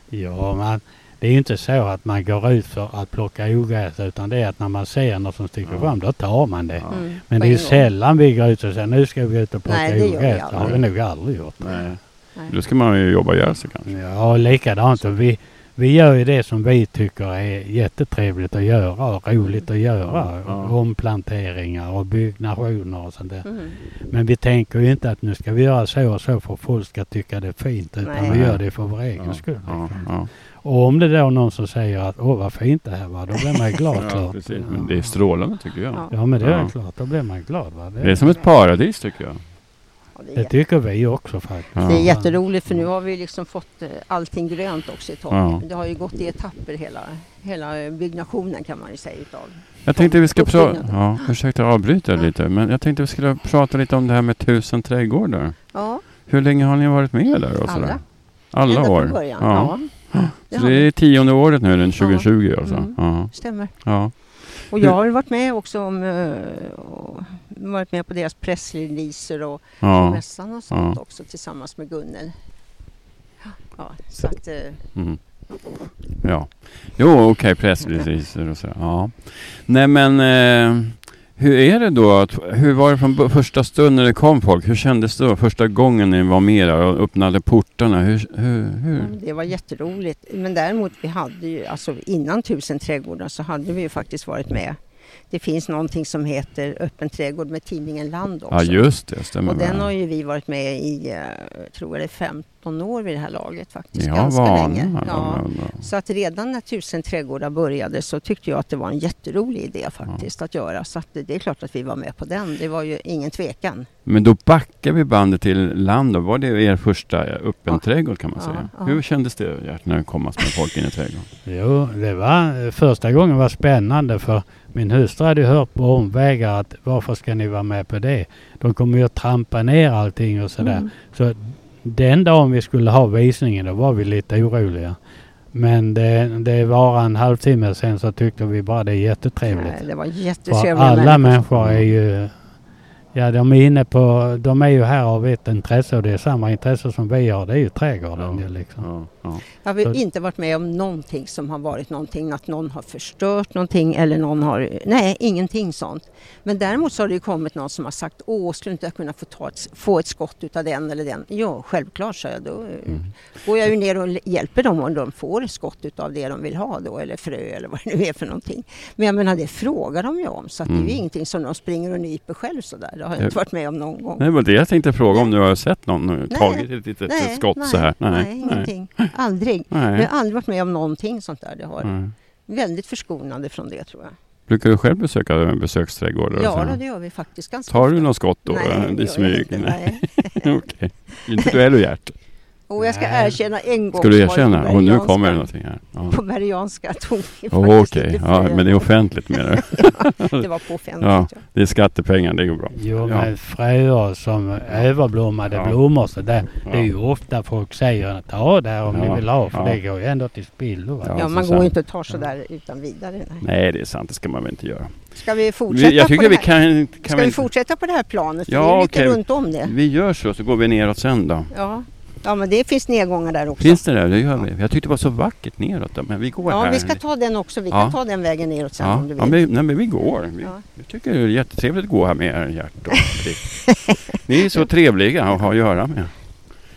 Ja, man, det är ju inte så att man går ut för att plocka ogräs utan det är att när man ser något som sticker
Ja.
fram då tar man det.
Ja.
Mm,
Men
på
det är ju
en gång.
sällan vi går ut och säger nu ska vi ut och plocka
Nej, det gör vi
ogräs. Det har vi
aldrig.
nog aldrig gjort.
Nej.
Nej.
Då ska man ju jobba ihjäl sig kanske.
Ja, likadant. Och vi, vi gör ju det som vi tycker är jättetrevligt att göra och roligt att göra.
Ja, ja.
Omplanteringar och byggnationer och sånt där.
Mm.
Men vi tänker ju inte att nu ska vi göra så och så för folk ska tycka det är fint utan
Nej.
vi gör det för vår egen
Ja,
skull.
Ja,
liksom.
ja.
Och om det då är någon som säger att åh vad fint det här var, då blir man ju glad
ja
klart.
precis. Men det är strålande tycker jag.
Ja.
Ja men det är
Ja.
klart, då blir man glad. Va?
Det är som ett paradis tycker jag.
Ja,
det tycker vi också faktiskt.
Ja.
Det är jätteroligt för nu har vi liksom fått eh, allting grönt också i tak.
Ja.
Det har ju gått i etapper hela, hela eh, byggnationen kan man ju säga utav.
Jag tänkte vi ska prata...
Uppbyggnaden.
Ja, ursäkta jag avbryter
Ja.
lite. Men jag tänkte vi skulle prata lite om det här med tusen trädgårdar.
Ja,
Hur länge har ni varit med där? Och
Alla.
sådär? Alla
ända
år?
från början.
Ja.
Ja. Det
Så
har
det
vi.
är tionde året nu, den 2020 alltså?
Mm.
Ja.
Stämmer.
ja.
Och
Hur-
jag har ju varit med också om, eh, och varit med på deras pressreleaser och på
ja.
mässan och sånt också tillsammans med Gunnel. Ja, så att, eh,
Mm. Ja. Jo, okej, pressreleaser och så. Ja. Nej men, eh, Hur är det då? Att, hur var det från b- första stund när det kom folk? Hur kändes det då första gången ni var med där och öppnade portarna? Hur, hur, hur?
Det var jätteroligt. Men däremot, vi hade ju, alltså innan Tusen trädgårdar så hade vi ju faktiskt varit med. Det finns någonting som heter Öppen trädgård med tidningen Land också.
Ja just det, stämmer
och den
bra.
har ju vi varit med i, eh, tror jag det är 15 år vid det här laget faktiskt.
Ni har
ganska
vana.
länge. Ja.
Ja, bra.
Så att redan när Tusen trädgårdar började så tyckte jag att det var en jätterolig idé faktiskt att göra. Så att det, det är klart att vi var med på den. Det var ju ingen tvekan.
Men då backar vi bandet till land. Då var det er första öppen
Ja.
trädgård kan man
Ja,
säga.
ja.
Hur kändes det Gert, när det kom massor med folk in i trädgården?
Jo, det var eh, första gången var spännande för min hustru hade ju hört på omvägar att varför ska ni vara med på det? De kommer ju att trampa ner allting och sådär.
Mm.
Så den dagen vi skulle ha visningen då var vi lite oroliga. Men det, det var en halvtimme sen så tyckte vi bara det är jättetrevligt.
Nej, det var
För
jättetrevliga
alla människor är ju Ja, de är inne på, de är ju här av ett intresse och det är samma intresse som vi har, det är ju trädgården
Ja.
ju liksom.
Ja, ja.
Jag har väl
Så-
inte varit med om någonting som har varit någonting, att någon har förstört någonting eller någon har, nej ingenting sånt. Men däremot så har det ju kommit någon som har sagt, åh skulle inte jag kunna få, ta ett, få ett skott utav den eller den? Jo, självklart sa jag, då
Mm.
eh, går jag ju ner och l- hjälper dem om de får ett skott utav det de vill ha då, eller frö eller vad det nu är för någonting. Men jag menar det frågar de ju om, så att det är
Mm.
ju ingenting som de springer och nyper själv sådär. Det har
Det-
jag inte varit med om någon gång.
Nej, det var det jag tänkte fråga om du har sett någon eh, tagit ett litet
Nej,
skott så här?
nej, nej ingenting. Aldrig.
Nej.
Men jag har aldrig varit med om någonting sånt där. Det har
Nej.
väldigt förskonande från det tror jag.
Brukar du själv besöka eh, besöksträdgårdar? och
Ja,
sådär?
då, det gör vi faktiskt ganska
liksom- Tar du
ofta.
någon skott då?
Nej, det
eh,
gör
I
jag
smyg?
inte,
Nej.
nej.
Okej. Inte du heller Gert?
Och jag ska
Nej.
erkänna en gång.
Ska du
så var det
erkänna?
på
Och nu
Bergianska-
kommer det någonting här. Ja.
På Bergianska tog vi faktiskt
Oh, Okej,
inte
ja,
fri.
men det är offentligt menar du?
Det var på offentligt.
Ja.
Ja.
Det är skattepengar, det går bra.
Jo,
Ja.
men fröer som överblommade
Ja.
blommor så där, det är
Ja.
ju ofta folk säger att ta där om
Ja.
ni vill ha för
Ja.
det går ju ändå till spillo. Va?
Ja.
Ja, man
så
går
sen-
ju inte och tar sådär utan vidare. Nej.
Nej, det är sant. Det ska man väl inte göra.
Ska vi fortsätta
Vi, jag
på
tycker
det
vi
här?
kan... kan
Ska
vi,
vi fortsätta på det här planet? För
Ja,
det är ju lite
okej.
runt om det.
vi gör så, så går vi neråt sen då.
Ja. ja, men det finns nedgångar där också.
Finns det där? Det gör vi. Jag tyckte det var så vackert neråt där, men vi går
ja,
här.
vi ska ta den också. Vi
Ja.
kan ta den vägen neråt sen
ja,
om du vill.
ja, men, nej, men vi går. Vi,
Ja.
Jag tycker det är jättetrevligt att gå här med er, Gert och Fredrik. Ni är så trevliga att ha att göra med.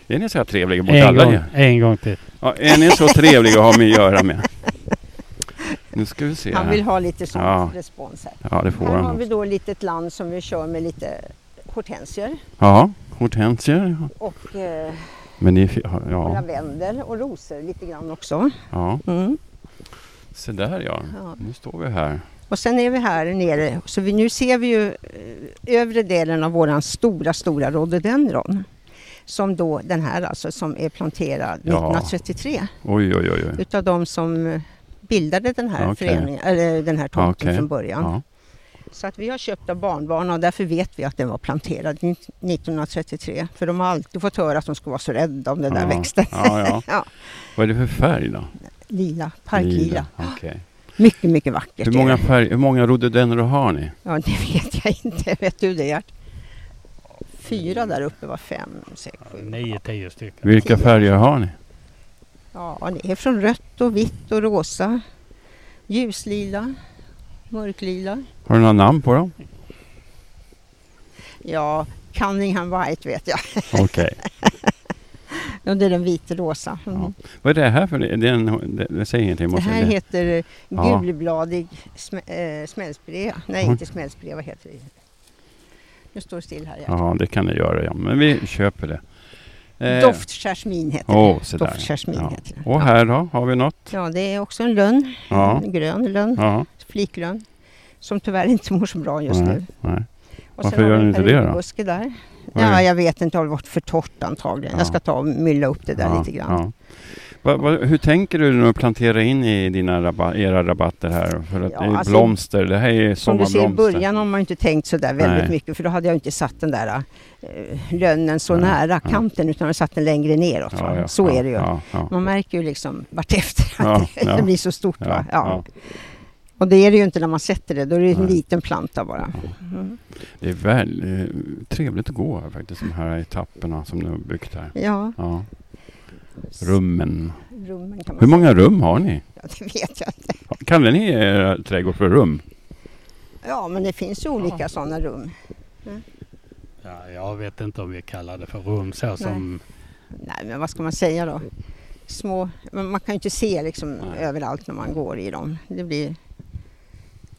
Är ni så här trevliga mot
En,
alla?
gång,
er?
en gång till.
Ja, är ni så trevliga att ha med att göra med? Nu ska vi se
Han vill
här.
ha lite sån
Ja.
respons här.
Ja, det får
Här har
han.
vi
också.
då ett litet land som vi kör med lite hortensior
Ja, hortensier. ja.
och eh,
Men ni, ja, ja,
lavendel och rosor lite grann också.
ja. Se där ja.
Ja.
Nu står vi här.
Och sen är vi här nere, så vi, nu ser vi ju eh, övre delen av våran stora, stora rhododendron. Som då den här alltså, som är planterad
Ja.
1933
Oj, oj, oj. oj.
utav de som eh, bildade den här
Okej.
föreningen, eller den här tomten
Okej.
från början.
Ja.
Så att vi har köpt av barnbarn och därför vet vi att den var planterad 1933. För de har alltid fått höra att de ska vara så rädda om den där
ja.
växten.
Ja, ja.
Ja.
Vad är det för färg då?
Lila, parklila.
Okej.
Mycket, mycket vackert.
Hur
är
många,
det.
färg, hur många rhododendron har ni?
Ja, det vet jag inte. Vet du det Gert? Fyra där uppe var fem, sex, sju.
Nio, tio stycken.
Vilka färger har ni?
Ja, det är från rött och vitt och rosa. Ljuslila, mörklila.
Har du några namn på dem?
Ja, Cunningham White vet jag.
Okej.
Och det är den vita rosa. Mm.
Ja. Vad är det här för? Det, det, är en, det, det säger ingenting.
Det
Måste
här
det-
heter eh,
Ja.
gulbladig sm eh, smällsprea. Nej,
Oj.
inte smällsprea, vad heter det? Nu står det still här. Ja.
Ja, det kan det göra. Ja. Men vi köper det. Eh,
Doftjärsmin heter
Åh, se
det.
där.
Doftjärsmin
Ja.
heter det.
Och här då? Har vi något?
Ja, det är också en lönn.
Ja.
En grön lönn,
Ja.
fliklönn. Som tyvärr inte mår så bra just
nej,
nu.
Nej.
Och
Varför gör
har vi
den
en
inte det då?
perukbuske där.
Vad är
Ja,
det?
jag vet inte, det har varit för torrt antagligen.
Ja.
Jag ska ta och mylla upp det där
Ja,
lite grann.
ja. Va, va, hur tänker du nu att plantera in i dina raba, era rabatter här? För att
Ja,
det är
alltså-
blomster, det här är
Som du ser i
sommarblomster.
början har man ju inte tänkt så där väldigt
Nej.
mycket för då hade jag inte satt den där eh, lönnen så
Nej,
nära
nej.
kanten utan jag hade satt den längre neråt. va? så
ja,
är det ju.
Ja, ja.
Man märker ju liksom vartefter
Ja,
att
ja.
det blir så stort.
Ja,
va? Ja.
ja.
Och det är det ju inte när man sätter det, då är det ju en
Nej.
liten planta bara. Mm.
Det är väl eh, trevligt att gå här faktiskt, de här etapperna som ni har byggt här.
Ja,
Ja. Rummen.
rummen kan man
Hur många rum har ni?
säga. Ja, det vet jag inte.
eh, Kallar ni er trädgård för rum?
Ja, men det finns ju olika sådana rum.
Ja, jag vet inte om vi kallar det för rum så som...
Nej, men vad ska man säga då? Små, men man kan ju inte se liksom
Nej.
överallt när man går i dem. Det blir...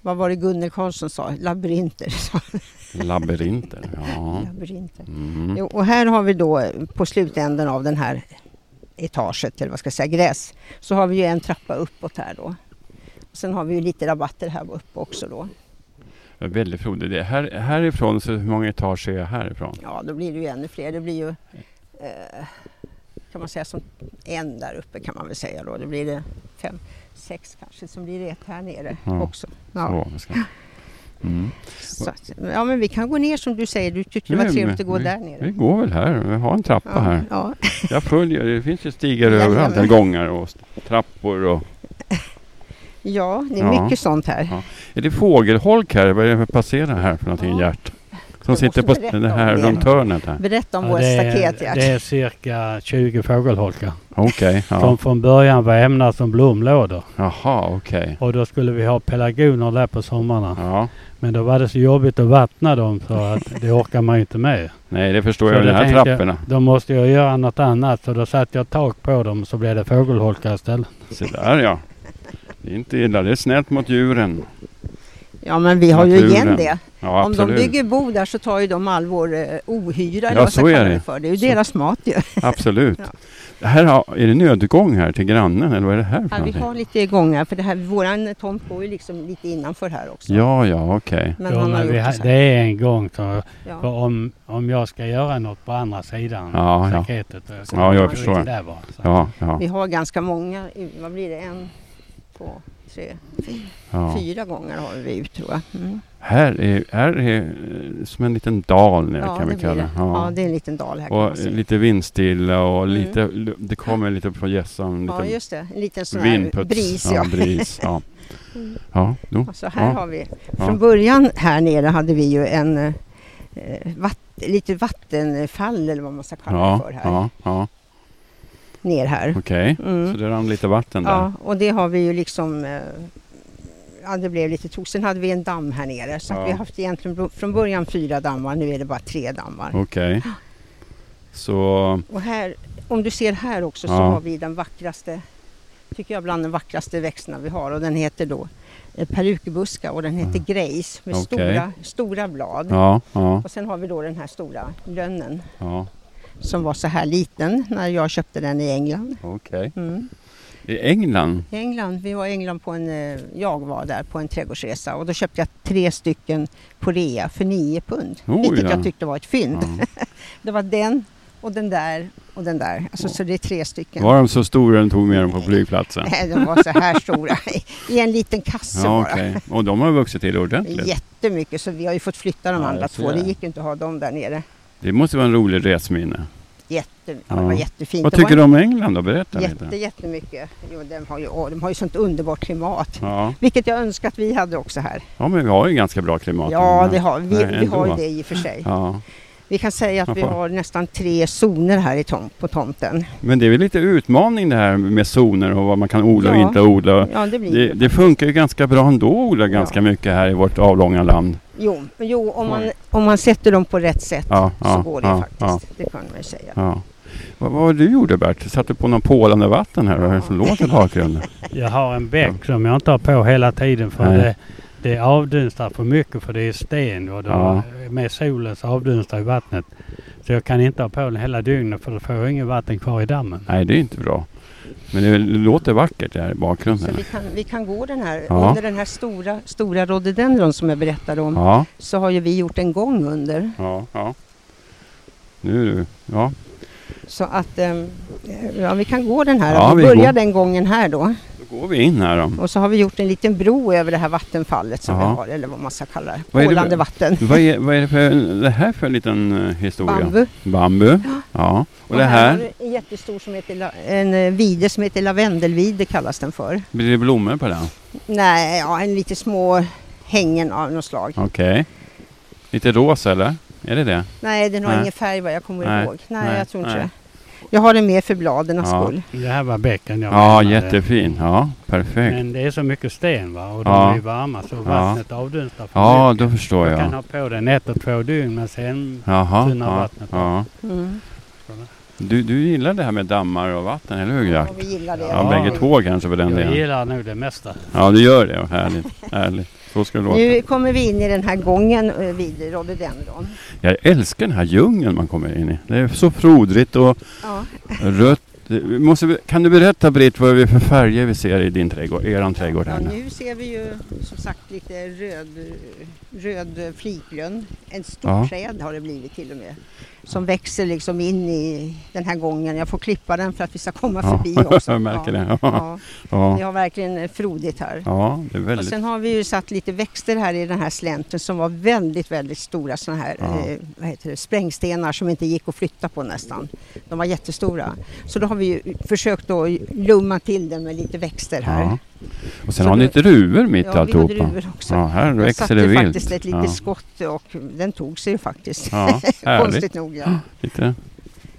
Vad var det Gunnel Karlsson sa? Labyrinter. sa hon.
Labyrinter. Ja.
Labyrinter.
Mm.
Jo, och här har vi då på slutänden av den här etaget, eller vad ska jag säga, gräs, så har vi ju en trappa uppåt här då. Sen har vi ju lite rabatter här uppe också då.
Ja, Väldigt frodigt. Det Här, härifrån, så hur många etage är jag härifrån?
Ja, då blir det ju ännu fler. Det blir ju, eh, kan man säga, som en där uppe kan man väl säga då. Det blir det fem, sex kanske som blir ett här nere
Ja,
också. Ja,
Så, vi ska. Mm.
så, att- ja, men vi kan gå ner som du säger. Du tyckte det var
Nej,
trevligt att
men
gå där nere.
Vi går väl här. Vi har en trappa här.
ja.
Jag följer. Det finns ju stigar
Ja,
överallt.
ja, men-
Gångar och st- trappor. Och...
ja, det är
Ja.
mycket sånt här.
Är det fågelholk här? Vad är det för passerar här för någonting,
Ja.
Gert? Som
Jag
sitter
måste
på
berätta
det här
om det.
runt hörnet här?
Berätta om
Ja,
vårt
det, är,
staket, Gert.
det är cirka 20 fågelholkar
Okej. ja.
som från början var ämnade som blomlådor.
Jaha, okej.
Och då skulle vi ha pelargoner där på sommarna.
Ja.
Men då var det så jobbigt att vattna dem så att det orkar man ju inte med.
Nej, det förstår
Så
jag. De
det
här
tänkte jag.
trapporna.
Då måste jag göra något annat så då satte jag tak på dem så blev det fågelholkar istället.
Se där ja. Det är inte illa. Det är snällt mot djuren.
Ja, men vi har ju igen
Naturen.
det.
Ja,
Om de
absolut.
bygger bo där så tar ju de all vår eh, ohyra. eller
Ja,
vad ska
så
jag
är
kalla
det.
För. Det är ju
Så-
deras mat ju.
Absolut.
Ja.
Det Här har, är det nödgång här till grannen eller vad är det här för
Ja, vi
någonting?
har lite gångar för det här, våran tomt går ju liksom lite innanför här också.
Ja, ja, okej.
Men
Jo,
han har
men
gjort
vi
det
ha-
så
det
här.
är en gång så, för
Ja.
om, om jag ska göra något på andra sidan
Ja, ja.
staketet. då
Ja, jag
kommer
förstår.
inte Där var, så.
Ja, ja,
Vi har ganska många, i- vad blir det, en, två, tre,
ja.
fyra gånger har vi ut tror jag. Mm.
Här är, här är eh, som en liten dal nu kan vi
det blir
kalla
det.
det.
Ja. det är en liten dal här kan man
Och eh,
säga.
lite vindstilla och lite, det kommer lite från gässan,
Ja,
lite
just det. En liten sån här
vindputs.
bris. Ja. Mm.
bris. Ja, ja jo.
Och så här
Ja.
har vi,
Ja.
från början här nere hade vi ju en eh, eh, vatt, lite vattenfall eller vad man ska kalla det
Ja,
för här.
ja, ja.
Ner här.
okej.
Mm.
Så det rann lite vatten där?
Ja, och det har vi ju liksom... eh, Ja, det blev lite tok. Sen hade vi en damm här nere. Så
Ja.
att vi har haft egentligen bro- från början fyra dammar, nu är det bara tre dammar.
Okej. Så,
Och här, om du ser här också så
Ja.
har vi den vackraste, tycker jag bland de vackraste växterna vi har. Och den heter då eh, perukbuska och den heter grejs med
Ah. Okej.
stora, stora blad.
ja, ja,
Och sen har vi då den här stora lönnen
ja,
som var så här liten när jag köpte den i England.
okej.
Mm.
I England?
I England, vi var i England på en, eh, jag var där på en trädgårdsresa och då köpte jag tre stycken på rea för nio pund.
Oj,
vilket
ja.
jag tyckte var ett fynd.
Ja.
Det var den och den där och den där. Alltså, Så det är tre stycken.
Var de så stora de tog med dem på flygplatsen?
Nej, de var så här stora i en liten kasse
Ja,
bara.
okej. Och de har vuxit till ordentligt?
Jättemycket så vi har ju fått flytta de
Ja,
andra
jag ser
två. Det
det.
gick ju inte att ha dem där nere.
Det måste vara en rolig resminne.
Jättemycket.
Ja.
Det var jättefint.
Vad
Det var
tycker du om England då? Berätta
Jätte,
lite.
jättemycket. Jo, de, har ju, åh, de har ju sånt underbart klimat.
Ja.
Vilket jag önskar att vi hade också här.
ja, men vi har ju ganska bra klimat.
Ja,
Men-
det har, vi,
Nej,
vi har ju
ändå.
det i och för sig.
Ja.
Vi kan säga att vi
Varför?
har nästan tre zoner här i tom, på tomten.
Men det är väl lite utmaning det här med zoner och vad man kan odla och
Ja.
inte odla.
Ja, det blir
Det, det funkar ju ganska bra ändå att odla ganska mycket här i vårt avlånga land.
Jo, jo om, man, om man sätter dem på rätt sätt
Ja,
så
ja,
går det
ja,
faktiskt.
ja.
Det kan man ju säga.
Ja. Vad vad var det du gjorde Bert? Satte du på någon pålande vatten här och hörde som låter i bakgrunden?
Jag har en bäck som jag inte har på hela tiden för
Nej.
det, det avdunstar för mycket för det är sten och då,
Ja.
med solen så avdunstar ju vattnet. Så jag kan inte ha på den hela dygnet för då får jag inget vatten kvar i dammen.
Nej, det är inte bra. Men det låter vackert där i
Så
bakgrunden.
vi kan, vi kan gå den här,
Ja.
under den här stora, stora rhododendron som jag berättade om
Ja,
så har ju vi gjort en gång under.
ja, ja. Nu du. Ja,
Så att ehm, ja, vi kan gå den här.
Ja,
vi
vi går.
börjar den gången här då.
då går vi in här då.
Och så har vi gjort en liten bro över det här vattenfallet som
Jaha.
vi har, eller vad man ska kalla det.
Vad är det-
Pålande vatten.
Vad är, vad är det, för, det här för en liten eh, historia?
Bambu.
Bambu. Ja. Och det
har
här,
du En jättestor som heter la- en eh, vide som heter lavendelvide kallas den för.
blir det blommor på den?
Nej, ja, en lite små hängen av något slag.
Okej. Lite rosa eller? Är det det?
Nej, den har
Nej.
ingen färg vad jag kommer
Nej,
ihåg. Nej,
nej,
jag tror inte
nej.
det. Jag har det med för bladens
Ja.
skull.
Det här var bäcken jag
Ja,
menade.
jättefin. Ja, perfekt.
Men det är så mycket sten va? Och de
Ja.
är ju varma så vattnet avdunstar för
Ja,
mycket.
då förstår
Du kan
jag.
ha på den ett och två dygn men sen
Jaha.
tunna
Ja,
vattnet.
ja.
Mm.
Du, du gillar det här med dammar och vatten, eller hur Jack?
Ja, vi gillar det.
Ja,
Ja.
bägge två kanske för den
jag
delen.
gillar nog det mesta.
Ja, du gör det. Härligt. Härligt. Så ska det
Nu
låta.
kommer vi in i den här gången eh, vid rhododendron.
Jag älskar den här djungeln man kommer in i. Det är så frodrigt och
Ja.
rött. Vi Måste, vi- kan du berätta Britt vad det är för färger vi ser i din trädgård, eran trädgård
Ja,
här nu?
nu ser vi ju som sagt lite röd, röd fliklön. Ett stort
Ja.
träd har det blivit till och med. Som växer liksom in i den här gången. Jag får klippa den för att vi ska komma förbi också.
jag märker
ja.
det. Ja,
Ja, vi
ja.
har verkligen frodigt här.
ja det är
Och
väldigt...
sen har vi ju satt lite växter här i den här slänten som var väldigt, väldigt stora sådana här
Ja.
eh, vad heter det, sprängstenar som inte gick att flytta på nästan. De var jättestora. Så då har vi ju försökt att lumma till den med lite växter här.
Ja. Och sen
Så
har ni
då-
druvor mitt
Ja, vi har
alltihopa.
druvor också.
Ja, här
Jag
växer
satte
det vilt.
faktiskt ett litet
ja.
skott och den tog sig ju faktiskt.
Ja, härligt.
Konstigt nog ja.
Lite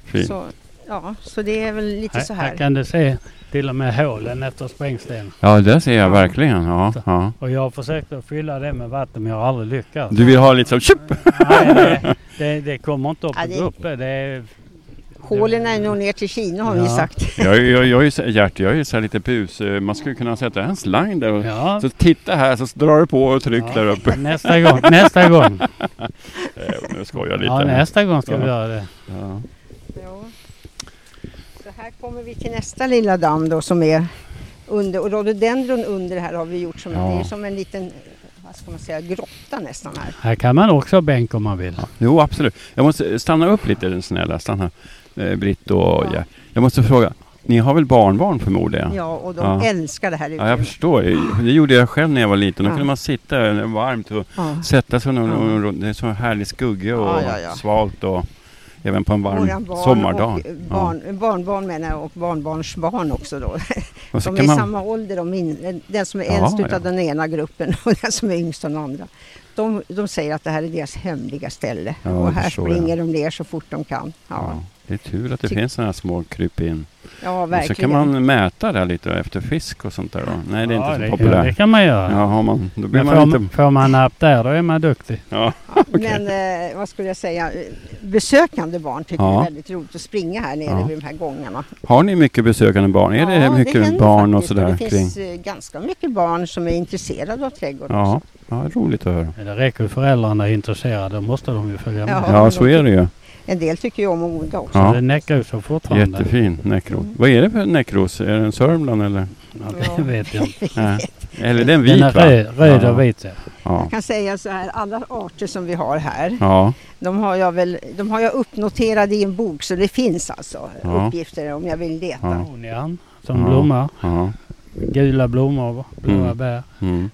fint.
Så, ja, så det är väl lite så här.
kan du se till och med hålen efter sprängsten.
Ja, det ser jag
Ja.
verkligen. Ja,
Så.
ja.
Och jag har försökt att fylla det med vatten men jag har aldrig lyckats.
Du vill ha lite som tjup!
Nej, det, det, det kommer inte upp
Ja,
och
det-
gå upp. Det är,
Hålen är nog ner till Kina har vi
Ja.
sagt.
Jag, jag, jag är ju så, Gert, jag är ju så här lite bus. Eh, Man skulle kunna sätta en slang där. Och,
Ja,
Så titta här så drar du på och tryck
Ja.
där uppe.
nästa gång. Nästa
Eh,
gång.
Nu skojar jag lite.
Ja, nästa gång ska vi
Ja.
göra det.
Ja.
Ja. Så här kommer vi till nästa lilla damm då som är under och rhododendron under här har vi gjort som,
Ja.
det är som en liten vad ska man säga, grotta nästan här.
Här kan man också ha bänk om man vill.
Jo, absolut. Jag måste stanna upp lite, den snälla. Stanna. Eh, Britt och
Ja.
Gert. Jag måste fråga. Ni har väl barnbarn förmodligen?
Ja, och de
Ja.
älskar det här
Ja, jag
utrymmet.
förstår. Det gjorde jag själv när jag var liten. Då
Ja.
kunde man sitta när det var varmt och
Ja.
sätta sig under
Ja.
under- det är så härlig skugga och
Ja, ja, ja.
svalt och även på en
Våra
varm
barn
sommardag.
och eh, barn, barnbarn menar jag och barnbarnsbarn också då.
ja. och så
de är
kan
i
man,
samma ålder, de in, den som är
Jaha,
äldst utav
ja.
den ena gruppen och den som är yngst av den andra. De, de säger att det här är deras hemliga ställe
Ja,
och
det
här
förstår jag.
springer de ner så fort de kan. Ja,
ja. Det är tur att det
Ty-
finns sådana här små krypin.
ja
Och så
verkligen.
kan man mäta där lite efter fisk och sånt där. då. Nej, det är
ja,
inte
det,
så
Ja, det
populärt.
kan man göra.
Ja, har man, då blir
Men
man
får,
lite...
får man app där då är man duktig.
Ja,
Men eh, vad skulle jag säga, eh, besökande barn tycker
Ja.
det är väldigt roligt att springa här nere
Ja.
vid de här gångarna.
Har ni mycket besökande barn? Är
Ja,
det mycket
händer
barn och
faktiskt.
sådär
Det
kring?
finns eh, ganska mycket barn som är intresserade av trädgården.
Ja, ja, roligt att höra.
Men Det räcker ju föräldrarna är intresserade, då måste de ju följa med.
Ja,
Ja,
men
så
de-
är det ju.
En del tycker ju om att odla också.
Ja.
Så det näckar ju så fortfarande.
Jättefin näckros.
Mm.
Vad är det för näckros? Är det en Sörmland eller?
Ja, det vet jag inte.
Nej. Eller det är en vit
Den är
va?
röd, röd
Ja.
och vit. ja.
Ja.
Jag kan säga så här, alla arter som vi har här,
ja.
de har jag, väl, de har jag uppnoterade i en bok så det finns alltså
Ja.
uppgifter om jag vill leta.
Ja.
Onian som
Ja.
blommar.
ja.
Gula blommor, blåa
Mm.
bär.
Mm.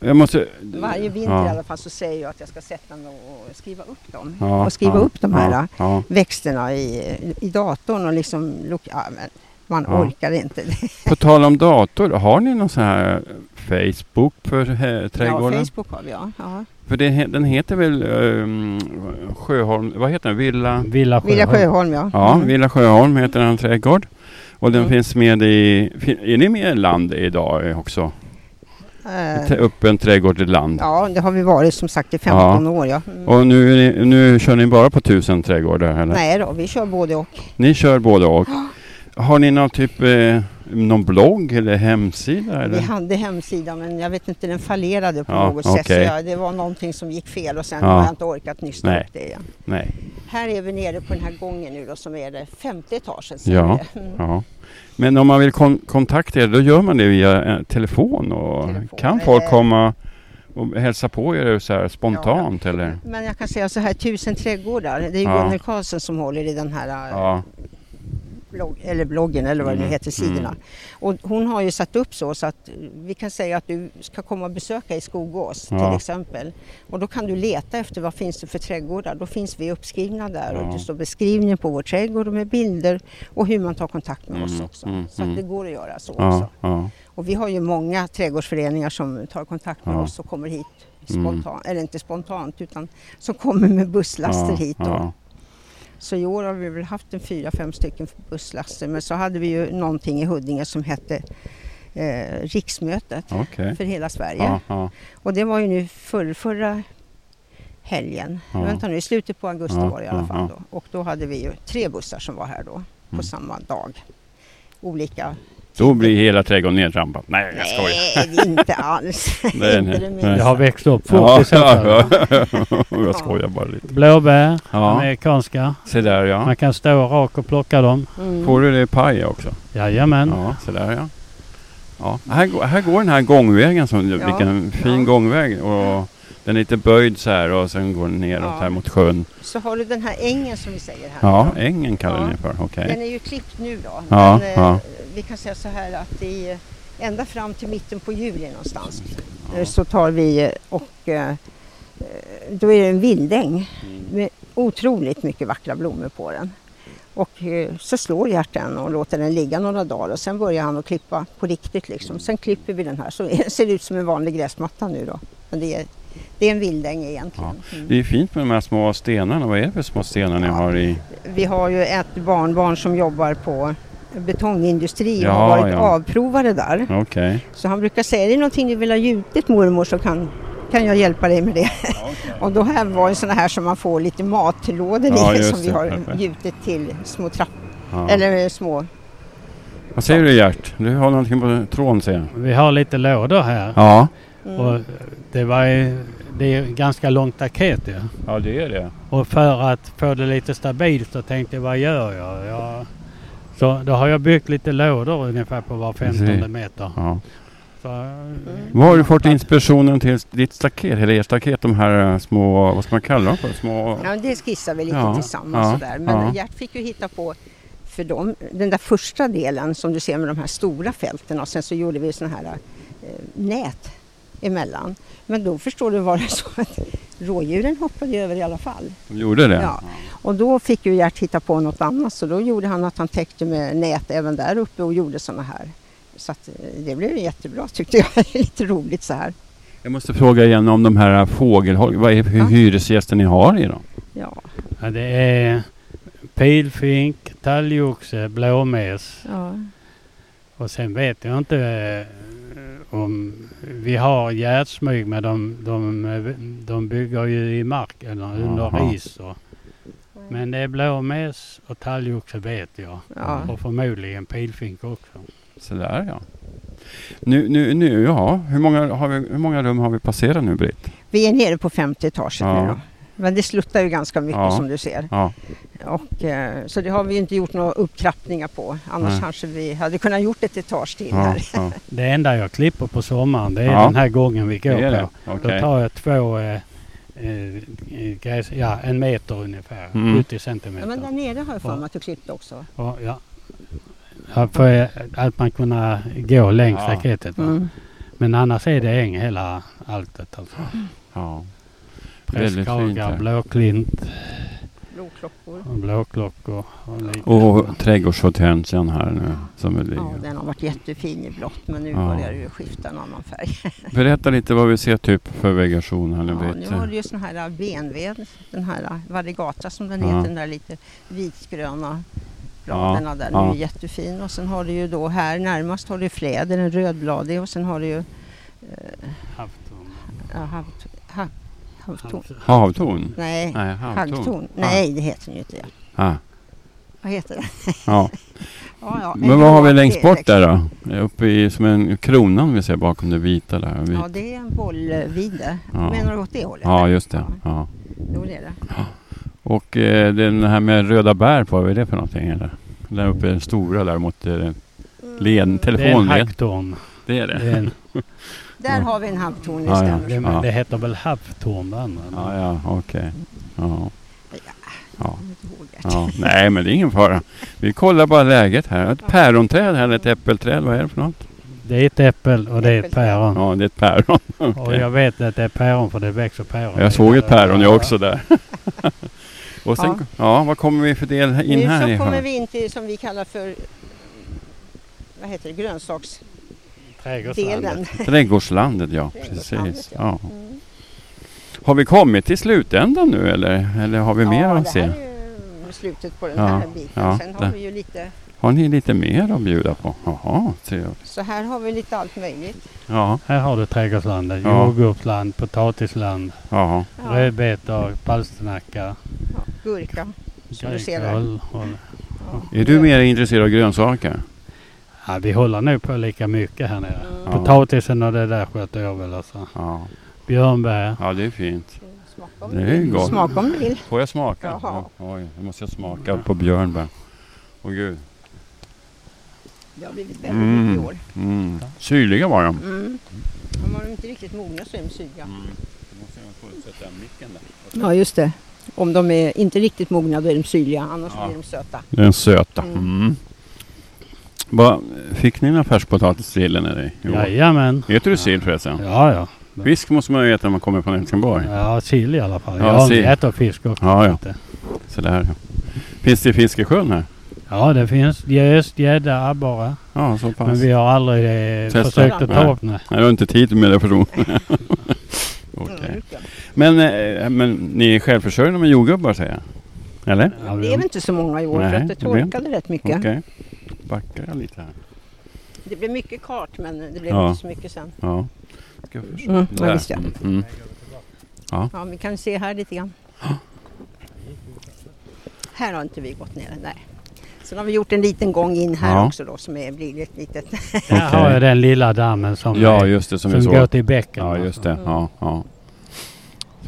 Jag måste...
Varje vinter
ja.
i alla fall så säger jag att jag ska sätta mig och skriva upp dem.
Ja,
och skriva
ja,
upp de här
Ja, ja.
växterna i, i datorn och liksom... lok- Ja, men man
Ja.
orkar inte.
På tal om dator, har ni någon sån här eh, Facebook för eh, trädgården?
Ja, Facebook har vi ja. ja.
för det, he- den heter väl ehm, Sjöholm, vad heter den? Villa?
Villa
Vilja
Sjöholm.
Sjöholm ja.
Ja,
Mm.
Villa Sjöholm heter den trädgård. Och den
Mm.
finns med i... fin- Är ni med i land idag eh, också?
Eh,
Tä- Upp en trädgård i land.
ja, det har vi varit som sagt i 15 år ja. Mm.
Och nu, är ni- nu kör ni bara på tusen trädgårdar eller?
Nej då, vi kör både och.
Ni kör både och. Har ni någon typ eh, någon blogg eller hemsida? Eller?
Vi hade hemsida men jag vet inte, den fallerade på
Ja,
något sätt. Så
okej.
jag, det var någonting som gick fel och sen
Ja.
har jag inte orkat nysta
Nej.
upp det igen.
Nej.
Här är vi nere på den här gången nu då som är det femte etagen. säger
Ja.
vi. Mm.
Ja. Men om man vill kon- kontakta er, då gör man det via eh, telefon? Och
Telefon,
Kan folk
eller-
komma och hälsa på er så här spontant? Eller?
Mm. Men jag kan säga så här, Tusen trädgårdar, det är ju
Ja.
Gunnel Karlsson som håller i den här eh,
Ja.
blogg, eller bloggen eller vad det nu
Mm,
heter, sidorna. Och hon har ju satt upp så, så att eh, vi kan säga att du ska komma och besöka i Skogås
Ja.
till exempel. Och då kan du leta efter vad finns det för trädgårdar. Då finns vi uppskrivna där
Ja.
och det står beskrivning på vår trädgård och med bilder och hur man tar kontakt med oss
Mm,
också.
mm,
så att det
mm.
går att göra så
Ja,
också.
ja,
Och vi har ju många trädgårdsföreningar som tar kontakt med
Ja.
oss och kommer hit
Mm.
spontant, eller inte spontant utan som kommer med busslaster
ja,
hit. Då.
ja.
Så i år har vi väl haft en fyra, fem stycken busslaster. Men så hade vi ju någonting i Huddinge som hette eh, riksmötet
Okej.
för hela Sverige.
Ja, ja,
Och det var ju nu förr, förra helgen.
Ja.
Vänta nu, i slutet på augusti
Ja,
var det i alla
ja,
fall då. Och då hade vi ju tre bussar som var här då på
Mm.
samma dag. Olika.
Då blir hela trädgården nedtrampad. Nej, jag skojar.
Nej, det är inte alls.
Nej,
inte
nej,
det
nej.
minsta.
Det har växt upp fort
Ja,
i så fall.
jag skojar bara lite.
Blåbär,
Ja,
amerikanska.
se där ja.
Man kan stå rak och plocka dem.
Mm.
Får du det i paj också?
Jajamän.
Ja, så där ja. ja. Här, går, här går den här gångvägen, som,
Ja,
vilken fin
ja.
gångväg. Och den är lite böjd så här och sen går den neråt
Ja.
här mot sjön.
Så har du den här ängen som vi säger här.
Ja,
då.
ängen kallar
Ja.
ni för, okej.
Den är ju klippt nu då.
Ja,
men, eh,
ja.
Vi kan säga så här att i, eh, ända fram till mitten på juli någonstans
Ja.
eh, så tar vi eh, och eh, eh, då är det en vildäng
Mm.
med otroligt mycket vackra blommor på den. Och eh, så slår Gert den och låter den ligga några dagar och sen börjar han att klippa på riktigt liksom. Sen klipper vi den här så det ser ut som en vanlig gräsmatta nu då. Men det är, det är en vildäng egentligen. Mm.
Det är fint med de här små stenarna. Vad är det för små stenar ni
Ja.
har i?
Vi har ju ett barnbarn som jobbar på betongindustri och
Ja,
har varit
ja.
avprovare där.
Okej.
Så han brukar säga, är det någonting du vill ha gjutet mormor så kan, kan jag hjälpa dig med det. Och då här var ju sådana här som man får lite matlådor
Ja,
i
just
som vi
det.
har
Perfekt.
gjutit till små trappor,
Ja.
eller små.
Vad säger du Gert? Du har någonting på tråden ser jag.
Vi har lite lådor här.
Ja.
Mm.
Och det, var ju, det är ju ganska långt taket ju.
Ja, det är det.
Och för att få det lite stabilt så tänkte jag vad gör jag? jag så då har jag byggt lite lådor ungefär på var
Precis.
femtonde meter.
Ja.
Så,
Var har du fått inspirationen till ditt staket, eller ert staket, de här eh, små, vad ska man kalla dem för? Små...
Ja, det skissar vi lite
Ja,
tillsammans
ja,
sådär. Men
ja.
Gert fick ju hitta på för dem, den där första delen som du ser med de här stora fälten och sen så gjorde vi sådana här eh, nät emellan. Men då förstår du var det så att rådjuren hoppade ju över i alla fall.
De gjorde det?
Ja. Och då fick ju Gert hitta på något annat så då gjorde han att han täckte med nät även där uppe och gjorde sådana här. Så att eh, det blev jättebra tyckte jag, lite roligt så här.
Jag måste fråga igen om de här fågelholkarna. Vad är det för
Ja.
hyresgäster ni har i dem?
Ja,
ja, det är pilfink, talgoxe, blåmes.
ja.
Och sen vet jag inte eh, om vi har gärdsmyg men de, de, eh, de bygger ju i mark eller
Aha.
under is. Och, men det är blåmes och talgoxe vet jag.
Ja.
Och förmodligen pilfink också.
Sådär ja. Nu, nu, nu, ja. Hur många, har vi, hur många rum har vi passerat nu Britt?
Vi är nere på femte etaget
Ja.
nu då. Men det sluttar ju ganska mycket
Ja.
som du ser.
Ja.
Och, eh, så det har vi ju inte gjort några upptrappningar på. Annars
Nej.
kanske vi hade kunnat gjort ett etage till
ja,
här.
ja.
Det enda jag klipper på sommaren det är
Ja.
den här gången vi
Det
går
är det?
på. Då
Okej.
tar jag två eh, eh, gräs, ja, en meter ungefär,
Mm.
70
Ja, men där
centimeter.
nere har jag för
Ja.
mig att du klippte också.
Ja, ja. Ja, för eh, att man kunna gå längs
Ja.
raketet. va.
Mm.
Men annars är det äng hela alltet alltså.
Ja. Väldigt fint
Prästkragar,
här.
blåklint,
Blodklockor.
och blåklockor och liknande.
Och trädgårdshortensian här nu som är
Ja,
ligger.
den har varit jättefin i blått men nu
Ja.
börjar det ju skifta en annan färg.
Berätta lite vad vi ser typ för vegetation här nu
Ja, nu
Britt.
har du ju sån här benved, den här variegata som den
Ja.
heter, den där lite vitgröna
Ja,
bladerna där. Den
ja.
är ju jättefin. Och sen har du ju då här närmast har du fläder, en rödbladig och sen har du ju
Havtorn.
ja, havt, ha, havtorn.
Havtorn.
Havtorn?
Nej,
Nej, havtorn.
haggtorn.
Ja.
Nej, det heter den ju inte.
Ah,
Vad heter den?
ja.
Ja, ja, en
Men vad har vi
grå
längst bort
tillväxt.
där då? Uppe i, som en kronan vi ser bakom det vita där. Vi,
Ja, det är en bollvide.
Ja.
Menar du åt det hållet?
ja, just det. Ja.
Jo, det är det.
Och eh, den här med röda bär på, vad är det för någonting? Eller? Där uppe, den stora där mot eh,
Mm.
led,
Det är en
telefonled.
hacktorn.
Det är
Det,
det.
är en,
Där har vi en havtorn, det
Ja, ja.
det,
stämmer.
Ja.
det heter väl havtorn det andra? eller?
Ja, ja, okej. Ja. Ja.
Jag kommer inte ihåg det.
Ja, nej men det är ingen fara. Vi kollar bara läget här. Ett päronträd här, eller ett äppelträd, vad är det för något?
Det är ett äpple och det är ett päron.
Ja, det är ett päron.
Och jag vet att det är päron för det växer päron.
Jag såg ett päron jag också där. Och sen, ja.
Ja.
vad kommer vi för del här- in
nu
här? i
så kommer
sjön?
vi in till som vi kallar för vad heter det, grönsaksdelen.
Trädgårdslandet.
Trädgårdslandet, ja.
Trädgårdslandet,
Precis. Ja.
ja. Mm.
Har vi kommit till slutändan nu eller, eller har vi mer
ja,
att
det
se?
här är ju med slutet på den
Ja,
här biten.
ja,
Sen
där.
har vi ju lite,
Har ni lite mer att bjuda på? Jaha, trevligt.
så här har vi lite allt möjligt.
Ja,
Här har du trädgårdslandet.
Ja.
Jordgubbsland, potatisland,
ja.
Ja,
rödbetor,
ja,
palsternacka,
gurka. Som du ser där.
grönkål. och-
Ja.
Är du mer intresserad av grönsaker?
Ja, vi håller nu på lika mycket här nere.
Mm.
Ja.
Potatisen och det där sköter jag väl alltså.
Ja,
Björnbär.
ja det är fint.
Smaka om
Det
du
är ju
vill.
gott.
Smaka om du vill.
Får jag smaka?
Jaha.
Oj, nu måste jag smaka på björnbär. Åh gud.
Det har blivit väldigt
Mm.
mycket i år.
Mm. Syrliga var de.
Mm. De har inte riktigt mogna så är de syrliga.
Ja.
Ja, just det. Om de är inte riktigt mogna då är de syrliga, annars
Ja.
blir de söta.
Den söta.
Mm.
Mm. Va, fick ni någon färskpotatis till eller? nej? Jo.
Jajamän.
Äter du sill förresten?
Ja, ja.
Fisk måste man ju äta när man kommer från Helsingborg.
Ja, sill i alla fall.
Ja,
Ja,
sill.
jag äter fisk också.
Ja, ja.
Inte.
Så där, ja. Finns det fisk i sjön här?
ja det finns gös, gädda, abborre.
Ja, så
Men
pass.
vi har aldrig eh,
Testat.
försökt att
Nej.
ta upp det.
Nej, Jag har inte tid med det personligen. Okej.
Mm, just det.
Men, eh, men ni är självförsörjande med jordgubbar säger jag? Eller?
Ja,
Det är väl
vi,
inte så många i år för
Nej,
att det
det blir inte.
torkade rätt mycket.
Okej. Backar jag lite här?
Det blev mycket kart men det blev
Ja.
inte så mycket sen.
Ja. Ska jag försöka?
Mm, ja,
Där.
visst ja.
Mm, mm.
ja, vi kan se här lite grann. Här har inte vi gått ner den där. Sen har vi gjort en liten gång in här
Ja.
också då som är, blir ett litet...
här
Okej.
har jag den lilla dammen som,
Ja,
är,
just det som vi
som, går
såg.
till bäcken.
Ja,
alltså.
just det. Ja, ja.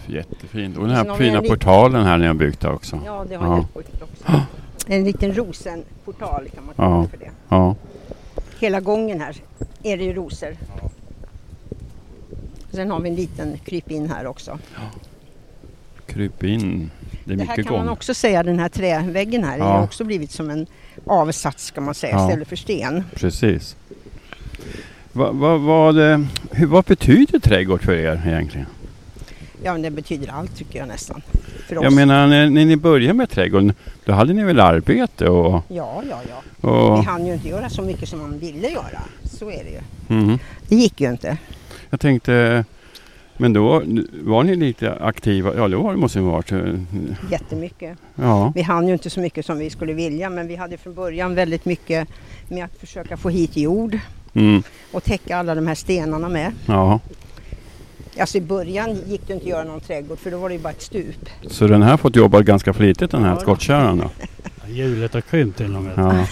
Jättefint. Och den
Sen
här
har vi en
fina
liten-
portalen här ni har byggt där också.
Ja, det har
Ja.
jag gjort också. En liten rosenportal kan man kalla
Ja.
det för det.
Ja.
Hela gången här är det ju rosor. Sen har vi en liten kryp in här också.
Kryp in. Det är
Det här
mycket
kan man
gång.
också säga, den här träväggen här,
Ja.
har också blivit som en avsats kan man säga
Ja.
istället för sten.
Precis. Va, va, vad, eh, hur, vad betyder trädgård för er egentligen?
Ja, men det betyder allt tycker jag nästan. För oss.
Jag menar, när, när ni började med trädgården, då hade ni väl arbete och...
Ja, ja, ja.
och
Vi hann ju inte göra så mycket som man ville göra. Så är det ju.
mhm.
Det gick ju inte.
Jag tänkte, men då var ni lite aktiva? Ja, det var, måste ni ha varit. eh,
Jättemycket.
Ja,
Vi hann ju inte så mycket som vi skulle vilja, men vi hade från början väldigt mycket med att försöka få hit jord
mm,
och täcka alla de här stenarna med.
ja.
Alltså i början gick det inte att göra någon trädgård för då var det ju bara ett stup.
Så den här har fått jobba ganska flitigt den här
Ja, då.
skottkärran då?
Hjulet har krympt till och med.
Ja.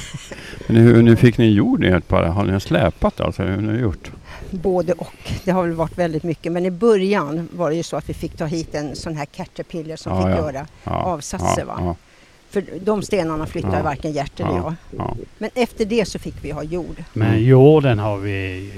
Men hur, nu fick ni jord i ert bara? Har ni släpat alltså? Hur har ni gjort?
Både och. Det har väl varit väldigt mycket. Men i början var det ju så att vi fick ta hit en sån här caterpillar som
Ja,
fick
ja.
göra.
Ja,
Avsatser, va?
Ja,
För de stenarna flyttar
Ja.
varken Gert eller
Ja.
jag.
ja.
Men efter det så fick vi ha jord.
Men
Mm.
jorden har vi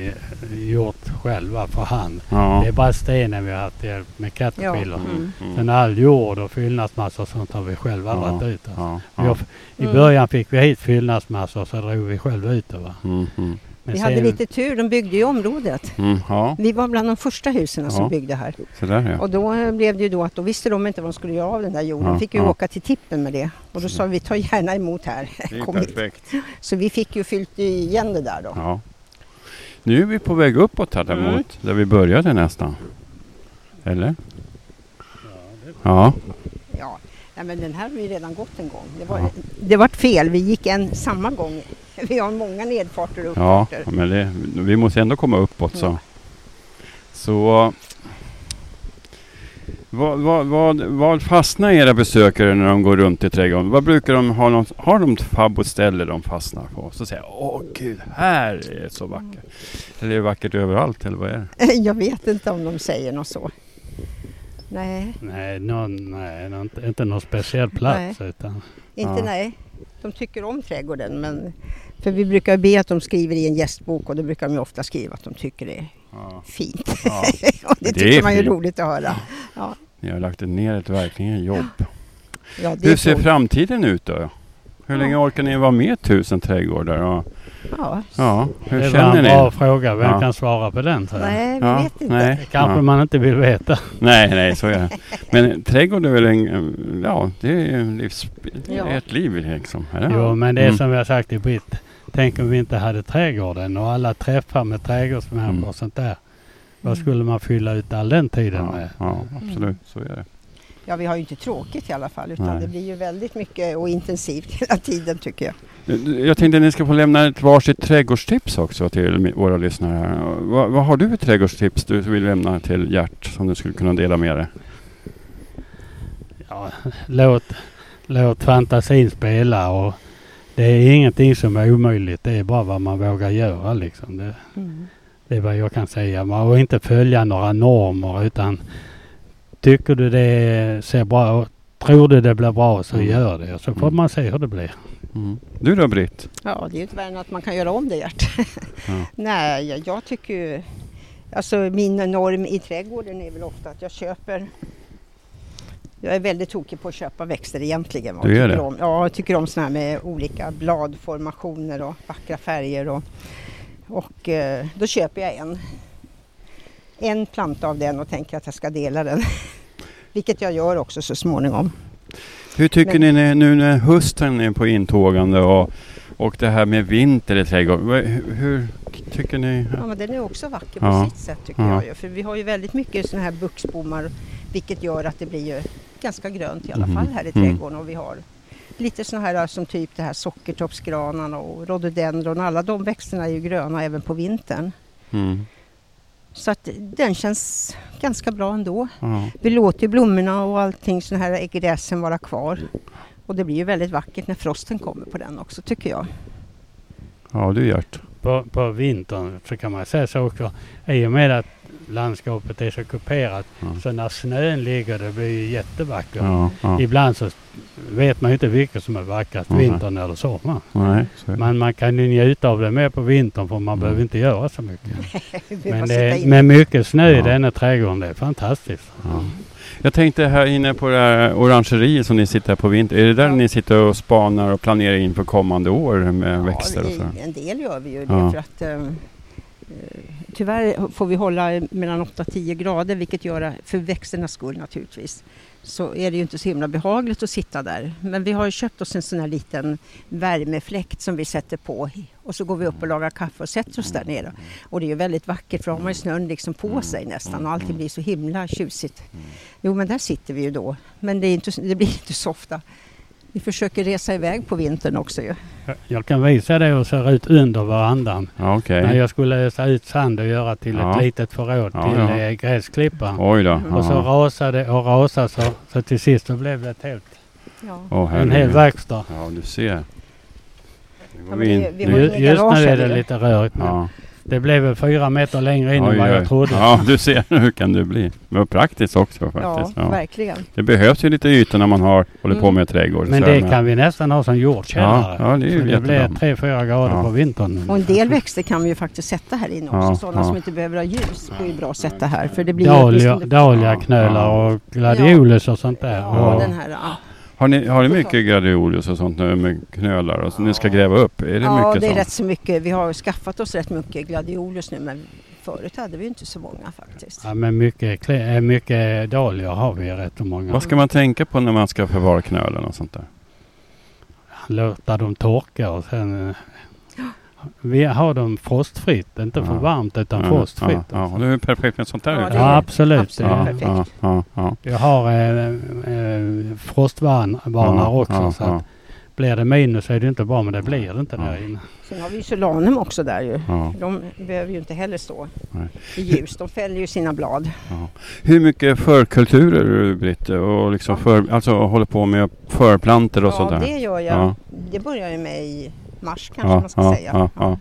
eh, gjort själva för hand.
ja.
Det är bara stenen vi har haft hjälp med
Ja.
caterpillar.
Mm.
Mm.
Sen all jord och fyllnadsmassa och sånt har vi själva
Ja.
dragit ut. Alltså.
Ja,
Vi har
ja.
f- I
Mm.
början fick vi hit fyllnadsmassa och så drog vi själva ut det. Va?
Mm, mm,
Men
vi hade
sen-
lite tur, de byggde ju området.
mm, ja.
Vi var bland de första husen
Ja.
som byggde här.
Så där ja.
Och då eh, blev det ju då att då visste de inte vad de skulle göra av den där jorden.
Ja,
De fick ju
ja.
åka till tippen med det. Och då sa vi, vi tar gärna emot här. Kom hit. Så vi fick ju fyllt igen det där då.
Ja. Nu är vi på väg uppåt här däremot,
Mm.
där vi började nästan. Eller? Ja.
Ja,
Ja, nej, men den här har vi redan gått en gång. Det var,
Ja.
det vart fel, vi gick en samma gång. Vi har många nedfarter och
Ja,
uppfarter. Mm.
men det, vi måste ändå komma uppåt så.
Ja.
Så vad, vad, vad, vad fastnar era besökare när de går runt i trädgården? Vad brukar de ha? Något, har de ett favoritställe de fastnar på? Så säger jag, åh gud, här är det så vackert. Eller är det vackert överallt eller vad är det?
Jag vet inte om de säger något så. Nej,
Nej, någon, nej nå- inte, inte någon speciell plats. Utan,
inte
Ja.
nej. De tycker om trädgården men för vi brukar be att de skriver i en gästbok och då brukar de ju ofta skriva att de tycker det är
Ja,
fint.
ja.
och
Det är
det, tycker man ju är
fint.
roligt att höra.
Ni har lagt ner ett verkligen jobb.
Ja, det
Hur ser
är så.
framtiden ut då? Hur länge orkar ni vara med tusen trädgårdar? Och,
Ja.
ja, hur
det var
känner
en
ni?
bra fråga. Vem
Ja.
kan svara på den? Så?
Nej, vi
ja,
vet inte.
Nej,
Kanske
ja.
man inte vill veta.
nej, nej, så är det. Men trädgård är väl en, eh, ja, det är ju en livs, det är
Ja.
ett liv liksom. Är det?
Jo, men det är
Mm.
som vi har sagt till Britt. Tänk om vi inte hade trädgården och alla träffar med trädgårdsmänniskor
Mm.
Mm.
och sånt där. Vad skulle man fylla ut all den tiden
Ja,
med?
ja, absolut, så är det.
Ja, vi har ju inte tråkigt i alla fall utan
Nej.
det blir ju väldigt mycket och intensivt hela tiden tycker jag.
Eh, Jag tänkte att ni ska få lämna ett varsitt trädgårdstips också till mi- våra lyssnare. här. Vad, vad har du för trädgårdstips du vill lämna till Gert som du skulle kunna dela med dig?
Ja, låt, låt fantasin spela och det är ingenting som är omöjligt. Det är bara vad man vågar göra liksom. Det,
Mm.
Det är vad jag kan säga. Man och inte följa några normer utan tycker du det ser bra ut, tror du det blir bra så
Mm.
gör det. Så får
Mm.
man se hur det blir.
Du då Britt?
Ja, det är ju ett värde att man kan göra om det Gert.
Ja.
Nej, jag, jag tycker ju... Alltså min norm i trädgården är väl ofta att jag köper... Jag är väldigt tokig på att köpa växter egentligen. vad
Du
jag
är
tycker
det?
Om, ja, jag tycker om såna här med olika bladformationer och vackra färger. Och, och eh, då köper jag en. En planta av den och tänker att jag ska dela den. Vilket jag gör också så småningom.
Hur tycker
Men-
ni nu när hösten är på intågande och, och det här med vinter i trädgården? Vad- Hur, hur tycker ni?
Ja, men den är också vacker på
Ja.
sitt sätt tycker
Ja.
jag. ju. För vi har ju väldigt mycket sådana här buxbommar vilket gör att det blir ju ganska grönt i alla
Mhm.
fall här i
Mm.
trädgården. Och vi har lite sådana här som typ det här sockertoppsgranarna och rhododendron. Alla de växterna är ju gröna även på vintern.
Mm.
Så att den känns ganska bra ändå.
Ja.
Vi låter ju blommorna och allting sådana här i gräsen vara kvar. Och det blir ju väldigt vackert när frosten kommer på den också tycker jag.
ja, du Gert.
På, på vintern så kan man säga saker. I och med att landskapet är så kuperat
Ja.
så när snön ligger det blir ju jättevackert.
Ja, ja.
Ibland så vet man ju inte vilket som är vackrast,
Nej.
vintern eller sommaren.
Nej, så.
Men man kan ju njuta av det mer på vintern för man
Mm.
behöver inte göra så mycket.
Vi bara
Men
sitta
det,
inne.
med mycket snö
Ja.
i denna trädgården, det är fantastiskt.
Ja. Jag tänkte här inne på det här orangeriet som ni sitter på vintern. Är det där
Ja.
ni sitter och spanar och planerar in för kommande år med växter och
vi-
så?
En del gör vi ju
Ja.
det för att eh, eh, tyvärr får vi hålla mellan 8 och 10 grader vilket gör för växternas skull naturligtvis så är det ju inte så himla behagligt att sitta där. Men vi har ju köpt oss en sån här liten värmefläkt som vi sätter på och så går vi upp och lagar kaffe och sätter oss där nere. Och det är ju väldigt vackert för då har man ju snön liksom
Mm.
på sig nästan och allting blir så himla tjusigt. Jo men där sitter vi ju då, men det, är inte, det blir inte så ofta. Vi försöker resa iväg på vintern också ju.
Jag- Jag kan visa dig hur det ser ut under verandan.
Ja, Okej.
När jag skulle ösa ut sand och göra till
Ja.
ett litet förråd
Ja,
till
ja.
eh, gräsklippan.
Oj då.
Och så
ja.
rasade och rasade så, så till sist så blev det ett helt,
Ja.
Åh,
en hel
herregud.
verkstad.
Ja, du ser. Nu
Ja,
går
men
vi
det,
in.
vi har
Ju,
ju inget
just
garage
nu är
här,
det
eller?
lite rörigt. men
Ja.
Det blev väl fyra meter längre in
Oj,
än vad
oj.
jag trodde.
Ja, du ser hur kan det bli. Det var praktiskt också
Ja,
faktiskt. Ja.
verkligen.
Det behövs ju lite ytor när man har, håller på
Mm.
med trädgård. och
Men
så här,
det kan vi nästan ha som jordkällare.
Ja, ja, det är ju
Så det
jättebra.
blir tre, fyra grader
Ja.
på vintern.
Och en del växter kan vi ju faktiskt sätta här inne också.
Ja,
Sådana
ja.
som inte behöver ha ljus går ju bra att sätta här. För det blir ju
Dahlia,
liksom-
dahliaknölar
Ja.
och gladiolus och sånt där.
Ja,
och,
den här. Ja,
Har ni, har ni mycket gladiolus och sånt nu med knölar och så ni ska gräva upp? Är det
ja
mycket
det är
sånt?
rätt så mycket. Vi har skaffat oss rätt mycket gladiolus nu men förut hade vi ju inte så många faktiskt.
Ja, men mycket, kle- eh, mycket dahlior har vi rätt så många.
Vad ska man tänka på när man ska förvara knölen och sånt där?
Låta dem torka och sen eh, vi har dem frostfritt. Inte för
Ja.
varmt utan
Ja,
frostfritt.
Ja, ja, det är ju perfekt med sånt där
Ja,
ute.
det är
alltså. Ja, absolut.
absolut
Ja.
perfekt.
ja, ja, ja.
Jag har eh, eh, frostvarnare
Ja,
också.
ja,
så
ja.
att blir det minus så är det inte bra men det blir det inte
Ja.
där inne.
Sen har vi ju solanum också där ju.
Ja,
De behöver ju inte heller stå
Nej.
i ljus. De fäller ju sina blad.
ja. Hur mycket förkulturer Britt och liksom för, alltså håller på med förplanter och
Ja,
sånt där?
det gör jag.
Ja.
Det börjar ju med i mars kanske
Ja,
man ska
ja,
säga.
ja, ja.
Eh,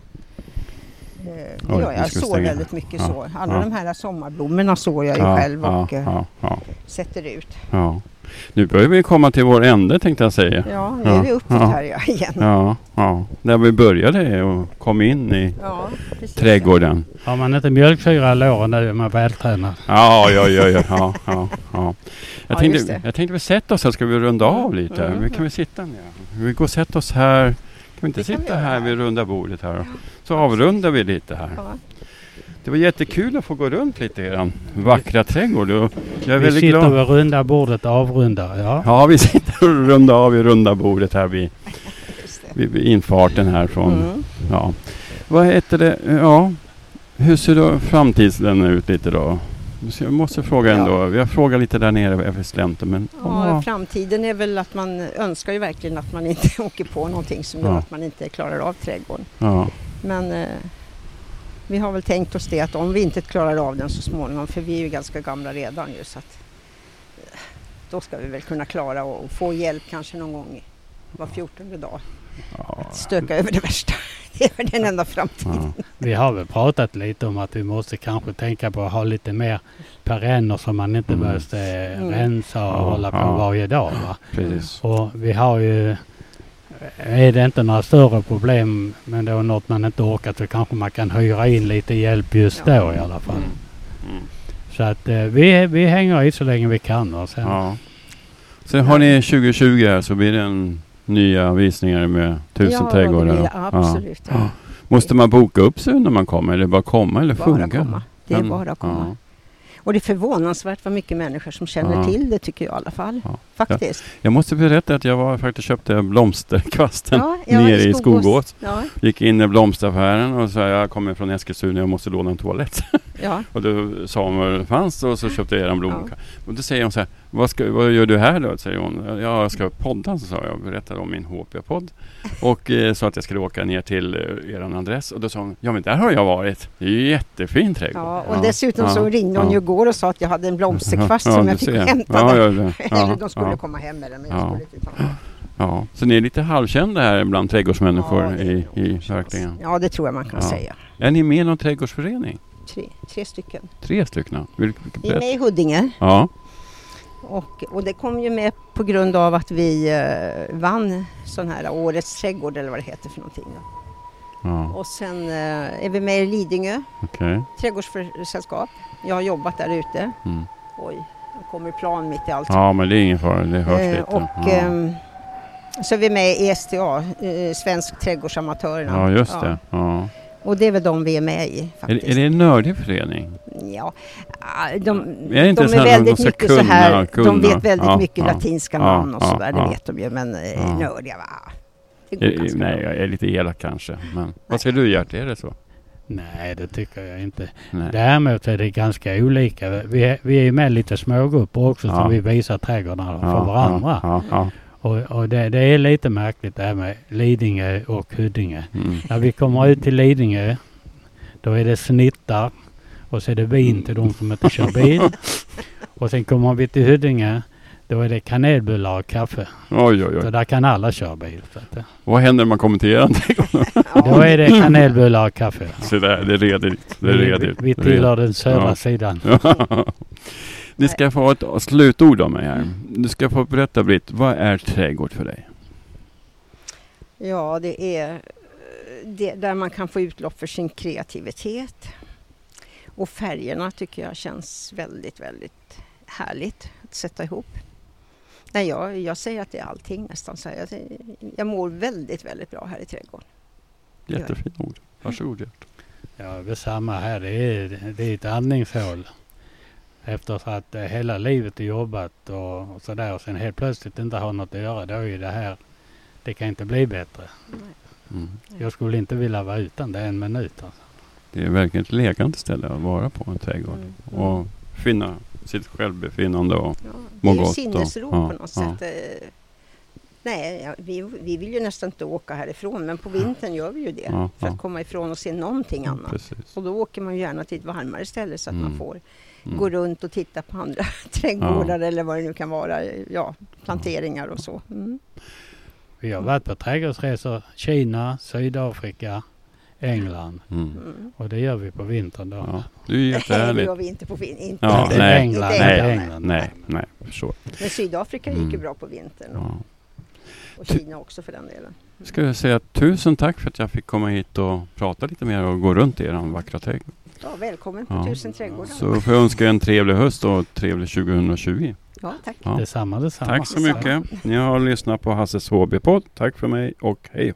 Det
Oj,
gör
nu
jag. Jag
ska vi
sår
stänga.
väldigt mycket
Ja,
så. Alla
ja.
de här sommarblommorna sår jag ju
ja,
själv
ja,
och eh,
ja, ja,
sätter ut.
ja. Nu börjar vi komma till vår ände tänkte jag säga.
Ja, nu
Ja,
är vi uppåt
ja.
här ja, igen. Ja,
Ja, ja. Där vi började och kom in i
precis.
trädgården.
Har man inte mjölksyra i låren där är man vältränad.
Ja, ja, ja, ja, ja, ja, ja. Jag,
Ja, just
tänkte,
det.
jag tänkte vi sätter oss här, ska vi runda av lite?
Mm.
Vi kan vi sitta ner? Vi går och sätter oss här. Kan vi inte
Det kan vi
sitta
göra.
här vid runda bordet här? Så avrundar vi lite här.
Ja.
Det var jättekul att få gå runt lite i eran vackra trädgård. och Jag är
Vi
väldigt
sitter
glad.
vid runda bordet och avrundar. Ja.
Ja, vi sitter och rundar av i runda bordet här vid,
Just det.
vid, vid infarten här från...
Mm.
Ja. Vad heter det? Ja, hur ser då framtiden ut lite då? Så jag måste fråga
Ja.
ändå. Jag frågar lite där nere efter slänten. Men,
Ja,
Ah.
Framtiden är väl att man önskar ju verkligen att man inte åker på någonting som gör
Ja.
att man inte klarar av trädgården.
ja.
Men eh, vi har väl tänkt oss det att om vi inte klarar av den så småningom, för vi är ju ganska gamla redan ju, så att eh, då ska vi väl kunna klara och få hjälp kanske någon gång var fjortonde dag
Ja.
att stöka över det värsta. Det är väl den enda framtiden.
Ja.
Vi har väl pratat lite om att vi måste kanske tänka på att ha lite mer perenner som man inte
Mm.
måste eh,
Mm.
rensa och
Ja,
hålla på
ja.
varje dag. Va?
Precis.
Och vi har ju... Är det inte några större problem men det är något man inte orkat så kanske man kan hyra in lite hjälp just
Ja.
då i alla fall.
Mm. Mm.
Så att eh, vi, vi hänger i så länge vi kan. Och sen,
Ja. Sen har ni 2020 här så blir det en nya visningar med tusen
ja,
trädgårdar.
det blir det
Ja.
absolut. Ja.
Ja. Måste man boka upp sig när man kommer eller bara komma eller
Bara
funka?
komma. Det är
Men-
bara att komma. Och det är förvånansvärt vad mycket människor som känner
Ja.
till det tycker jag i alla fall.
Ja.
Faktiskt.
Ja. Jag måste berätta att jag var faktiskt köpte blomsterkvasten
Ja, jag var
nere i
Skogås.
Skogås.
Ja,
Gick in i blomsteraffären och sa jag kommer från Eskilstuna, jag måste låna en toalett.
ja.
Och då sa hon vad det fanns och så köpte jag en blomka.
Ah. Ja.
Och då säger hon så här, vad, ska, vad gör du här då? Säger hon. Ja, jag ska podda, så sa jag. Berättade om min HP-podd. Och eh, sa att jag skulle åka ner till eh, er adress. Och då sa hon, ja men där har jag varit. Det är ju jättefin trädgård.
ja. Och dessutom så ringde hon
ja.
ju igår och sa att jag hade en blomsterkvast
Ja,
som
du
jag fick
ser.
hämta.
ja,
där.
ja, ja,
Eller
ja,
de skulle
ja,
komma hem med den men jag
Ja.
skulle inte ta den.
ja. Så ni är lite halvkända här bland trädgårdsmänniskor
Ja, det
i,
tror
i
jag kanske.
verkligen.
Ja, det tror jag man kan
Ja.
säga.
Är ni med i någon trädgårdsförening?
Tre, tre stycken.
Tre stycken? Vill-
Vi är med i Huddinge
Ja.
och, och det kom ju med på grund av att vi eh, vann sån här Årets trädgård eller vad det heter för någonting. Då.
ja.
Och sen eh, är vi med i Lidingö
Okej.
trädgårdssällskap. Jag har jobbat där ute.
Mm.
Oj, nu kommer plan mitt i allt.
Ja, men det är ingen fara. Det hörs
Eh,
lite.
och
ja.
ehm, så är vi med i E STA, eh, Svensk Trädgårdsamatörerna.
ja, just det. Ja.
Och det är väl de vi är med i
Är,
faktiskt.
är det en nördig förening?
Ja, ah, de,
det inte
de
så här
är
de-
väldigt
de ska
mycket så
kunna-
här, de
kunna?
vet väldigt
Ja,
mycket
ja,
latinska
ja,
namn och
ja,
sådär,
ja.
det vet de ju, men eh,
Ja.
nördiga va? Det går
Är,
ganska bra.
nej, jag är lite elak kanske. Men vad säger du Gert, är det så?
Nej, det tycker jag inte.
Nej.
Däremot är det ganska olika. Vi är, vi är ju med i lite smågrupper också
Ja.
som vi visar trädgårdarna för
Ja,
varandra.
Ja, ja,
Och, och det, det är lite märkligt det här med Lidingö och Huddinge.
ja. Mm.
När vi kommer ut till Lidingö då är det snittar och så är det vin till de som inte kör bil. Och sen kommer vi till Huddinge då är det kanelbullar och kaffe.
Oj, oj,
Så
oj.
där kan alla köra bil. Så att, eh,
Vad händer när man kommenterar?
då är det kanelbullar och kaffe.
Så där, det är redigt. Det är
Vi-
redigt.
Vi, vi
Det är
tillhör den södra
Ja.
sidan.
Ni ska få ett slutord av mig här. Du ska få berätta Britt, vad är trädgård för dig?
Ja, det är eh, det, där man kan få utlopp för sin kreativitet. Och färgerna tycker jag känns väldigt, väldigt härligt att sätta ihop. Nej, jag, jag säger att det är allting nästan. Så här. jag, säger- jag mår väldigt, väldigt bra här i trädgården.
Jättefina ord. Varsågod Gert.
Ja, det är samma här. Det är, det är ett andningshål. Efter att eh, hela livet är jobbat och, och sådär och sen helt plötsligt inte har något att göra. Då är ju det här, det kan inte bli bättre.
Mm.
Jag skulle inte vilja vara utan det en minut. Alltså.
Det är verkligen ett lekande ställe att vara på en trädgård. Och finna sitt självbefinnande och
Ja, det
Må
är ju
gott och-
sinnesro
ja,
på något
ja.
sätt. eh. Nej, ja, vi, vi vill ju nästan inte åka härifrån, men på vintern gör vi ju det.
Ja,
för
ja.
att komma ifrån och se någonting annat.
precis.
Och då åker man ju gärna till ett varmare ställe så att
Mm.
man får
Mm.
gå runt och titta på andra trädgårdar eller vad det nu kan vara. Ja, planteringar och så. Mm.
Vi har varit på trädgårdsresor Kina, Sydafrika, England.
Mm.
Mm.
Och det gör vi på vintern då.
Ja, det är ju
Nej, det
jättehärligt.
gör vi inte på vin- inte.
Ja,
Inte
nej.
England,
Inte
inte
Nej,
England.
nej, nej, förstår.
Men Sydafrika gick ju
Mm.
bra på vintern och,
Ja.
och Kina också för den delen.
Ska jag säga tusen tack för att jag fick komma hit och prata lite mer och gå runt i er vackra trädgård.
Ja, välkommen på
Ja.
Tusen trädgårdar.
Så får jag önska er en trevlig höst och ett trevligt 2020.
Ja, tack.
Ja.
Detsamma, detsamma.
Tack så mycket. Ni har lyssnat på Hasses HB-podd. Tack för mig och hej.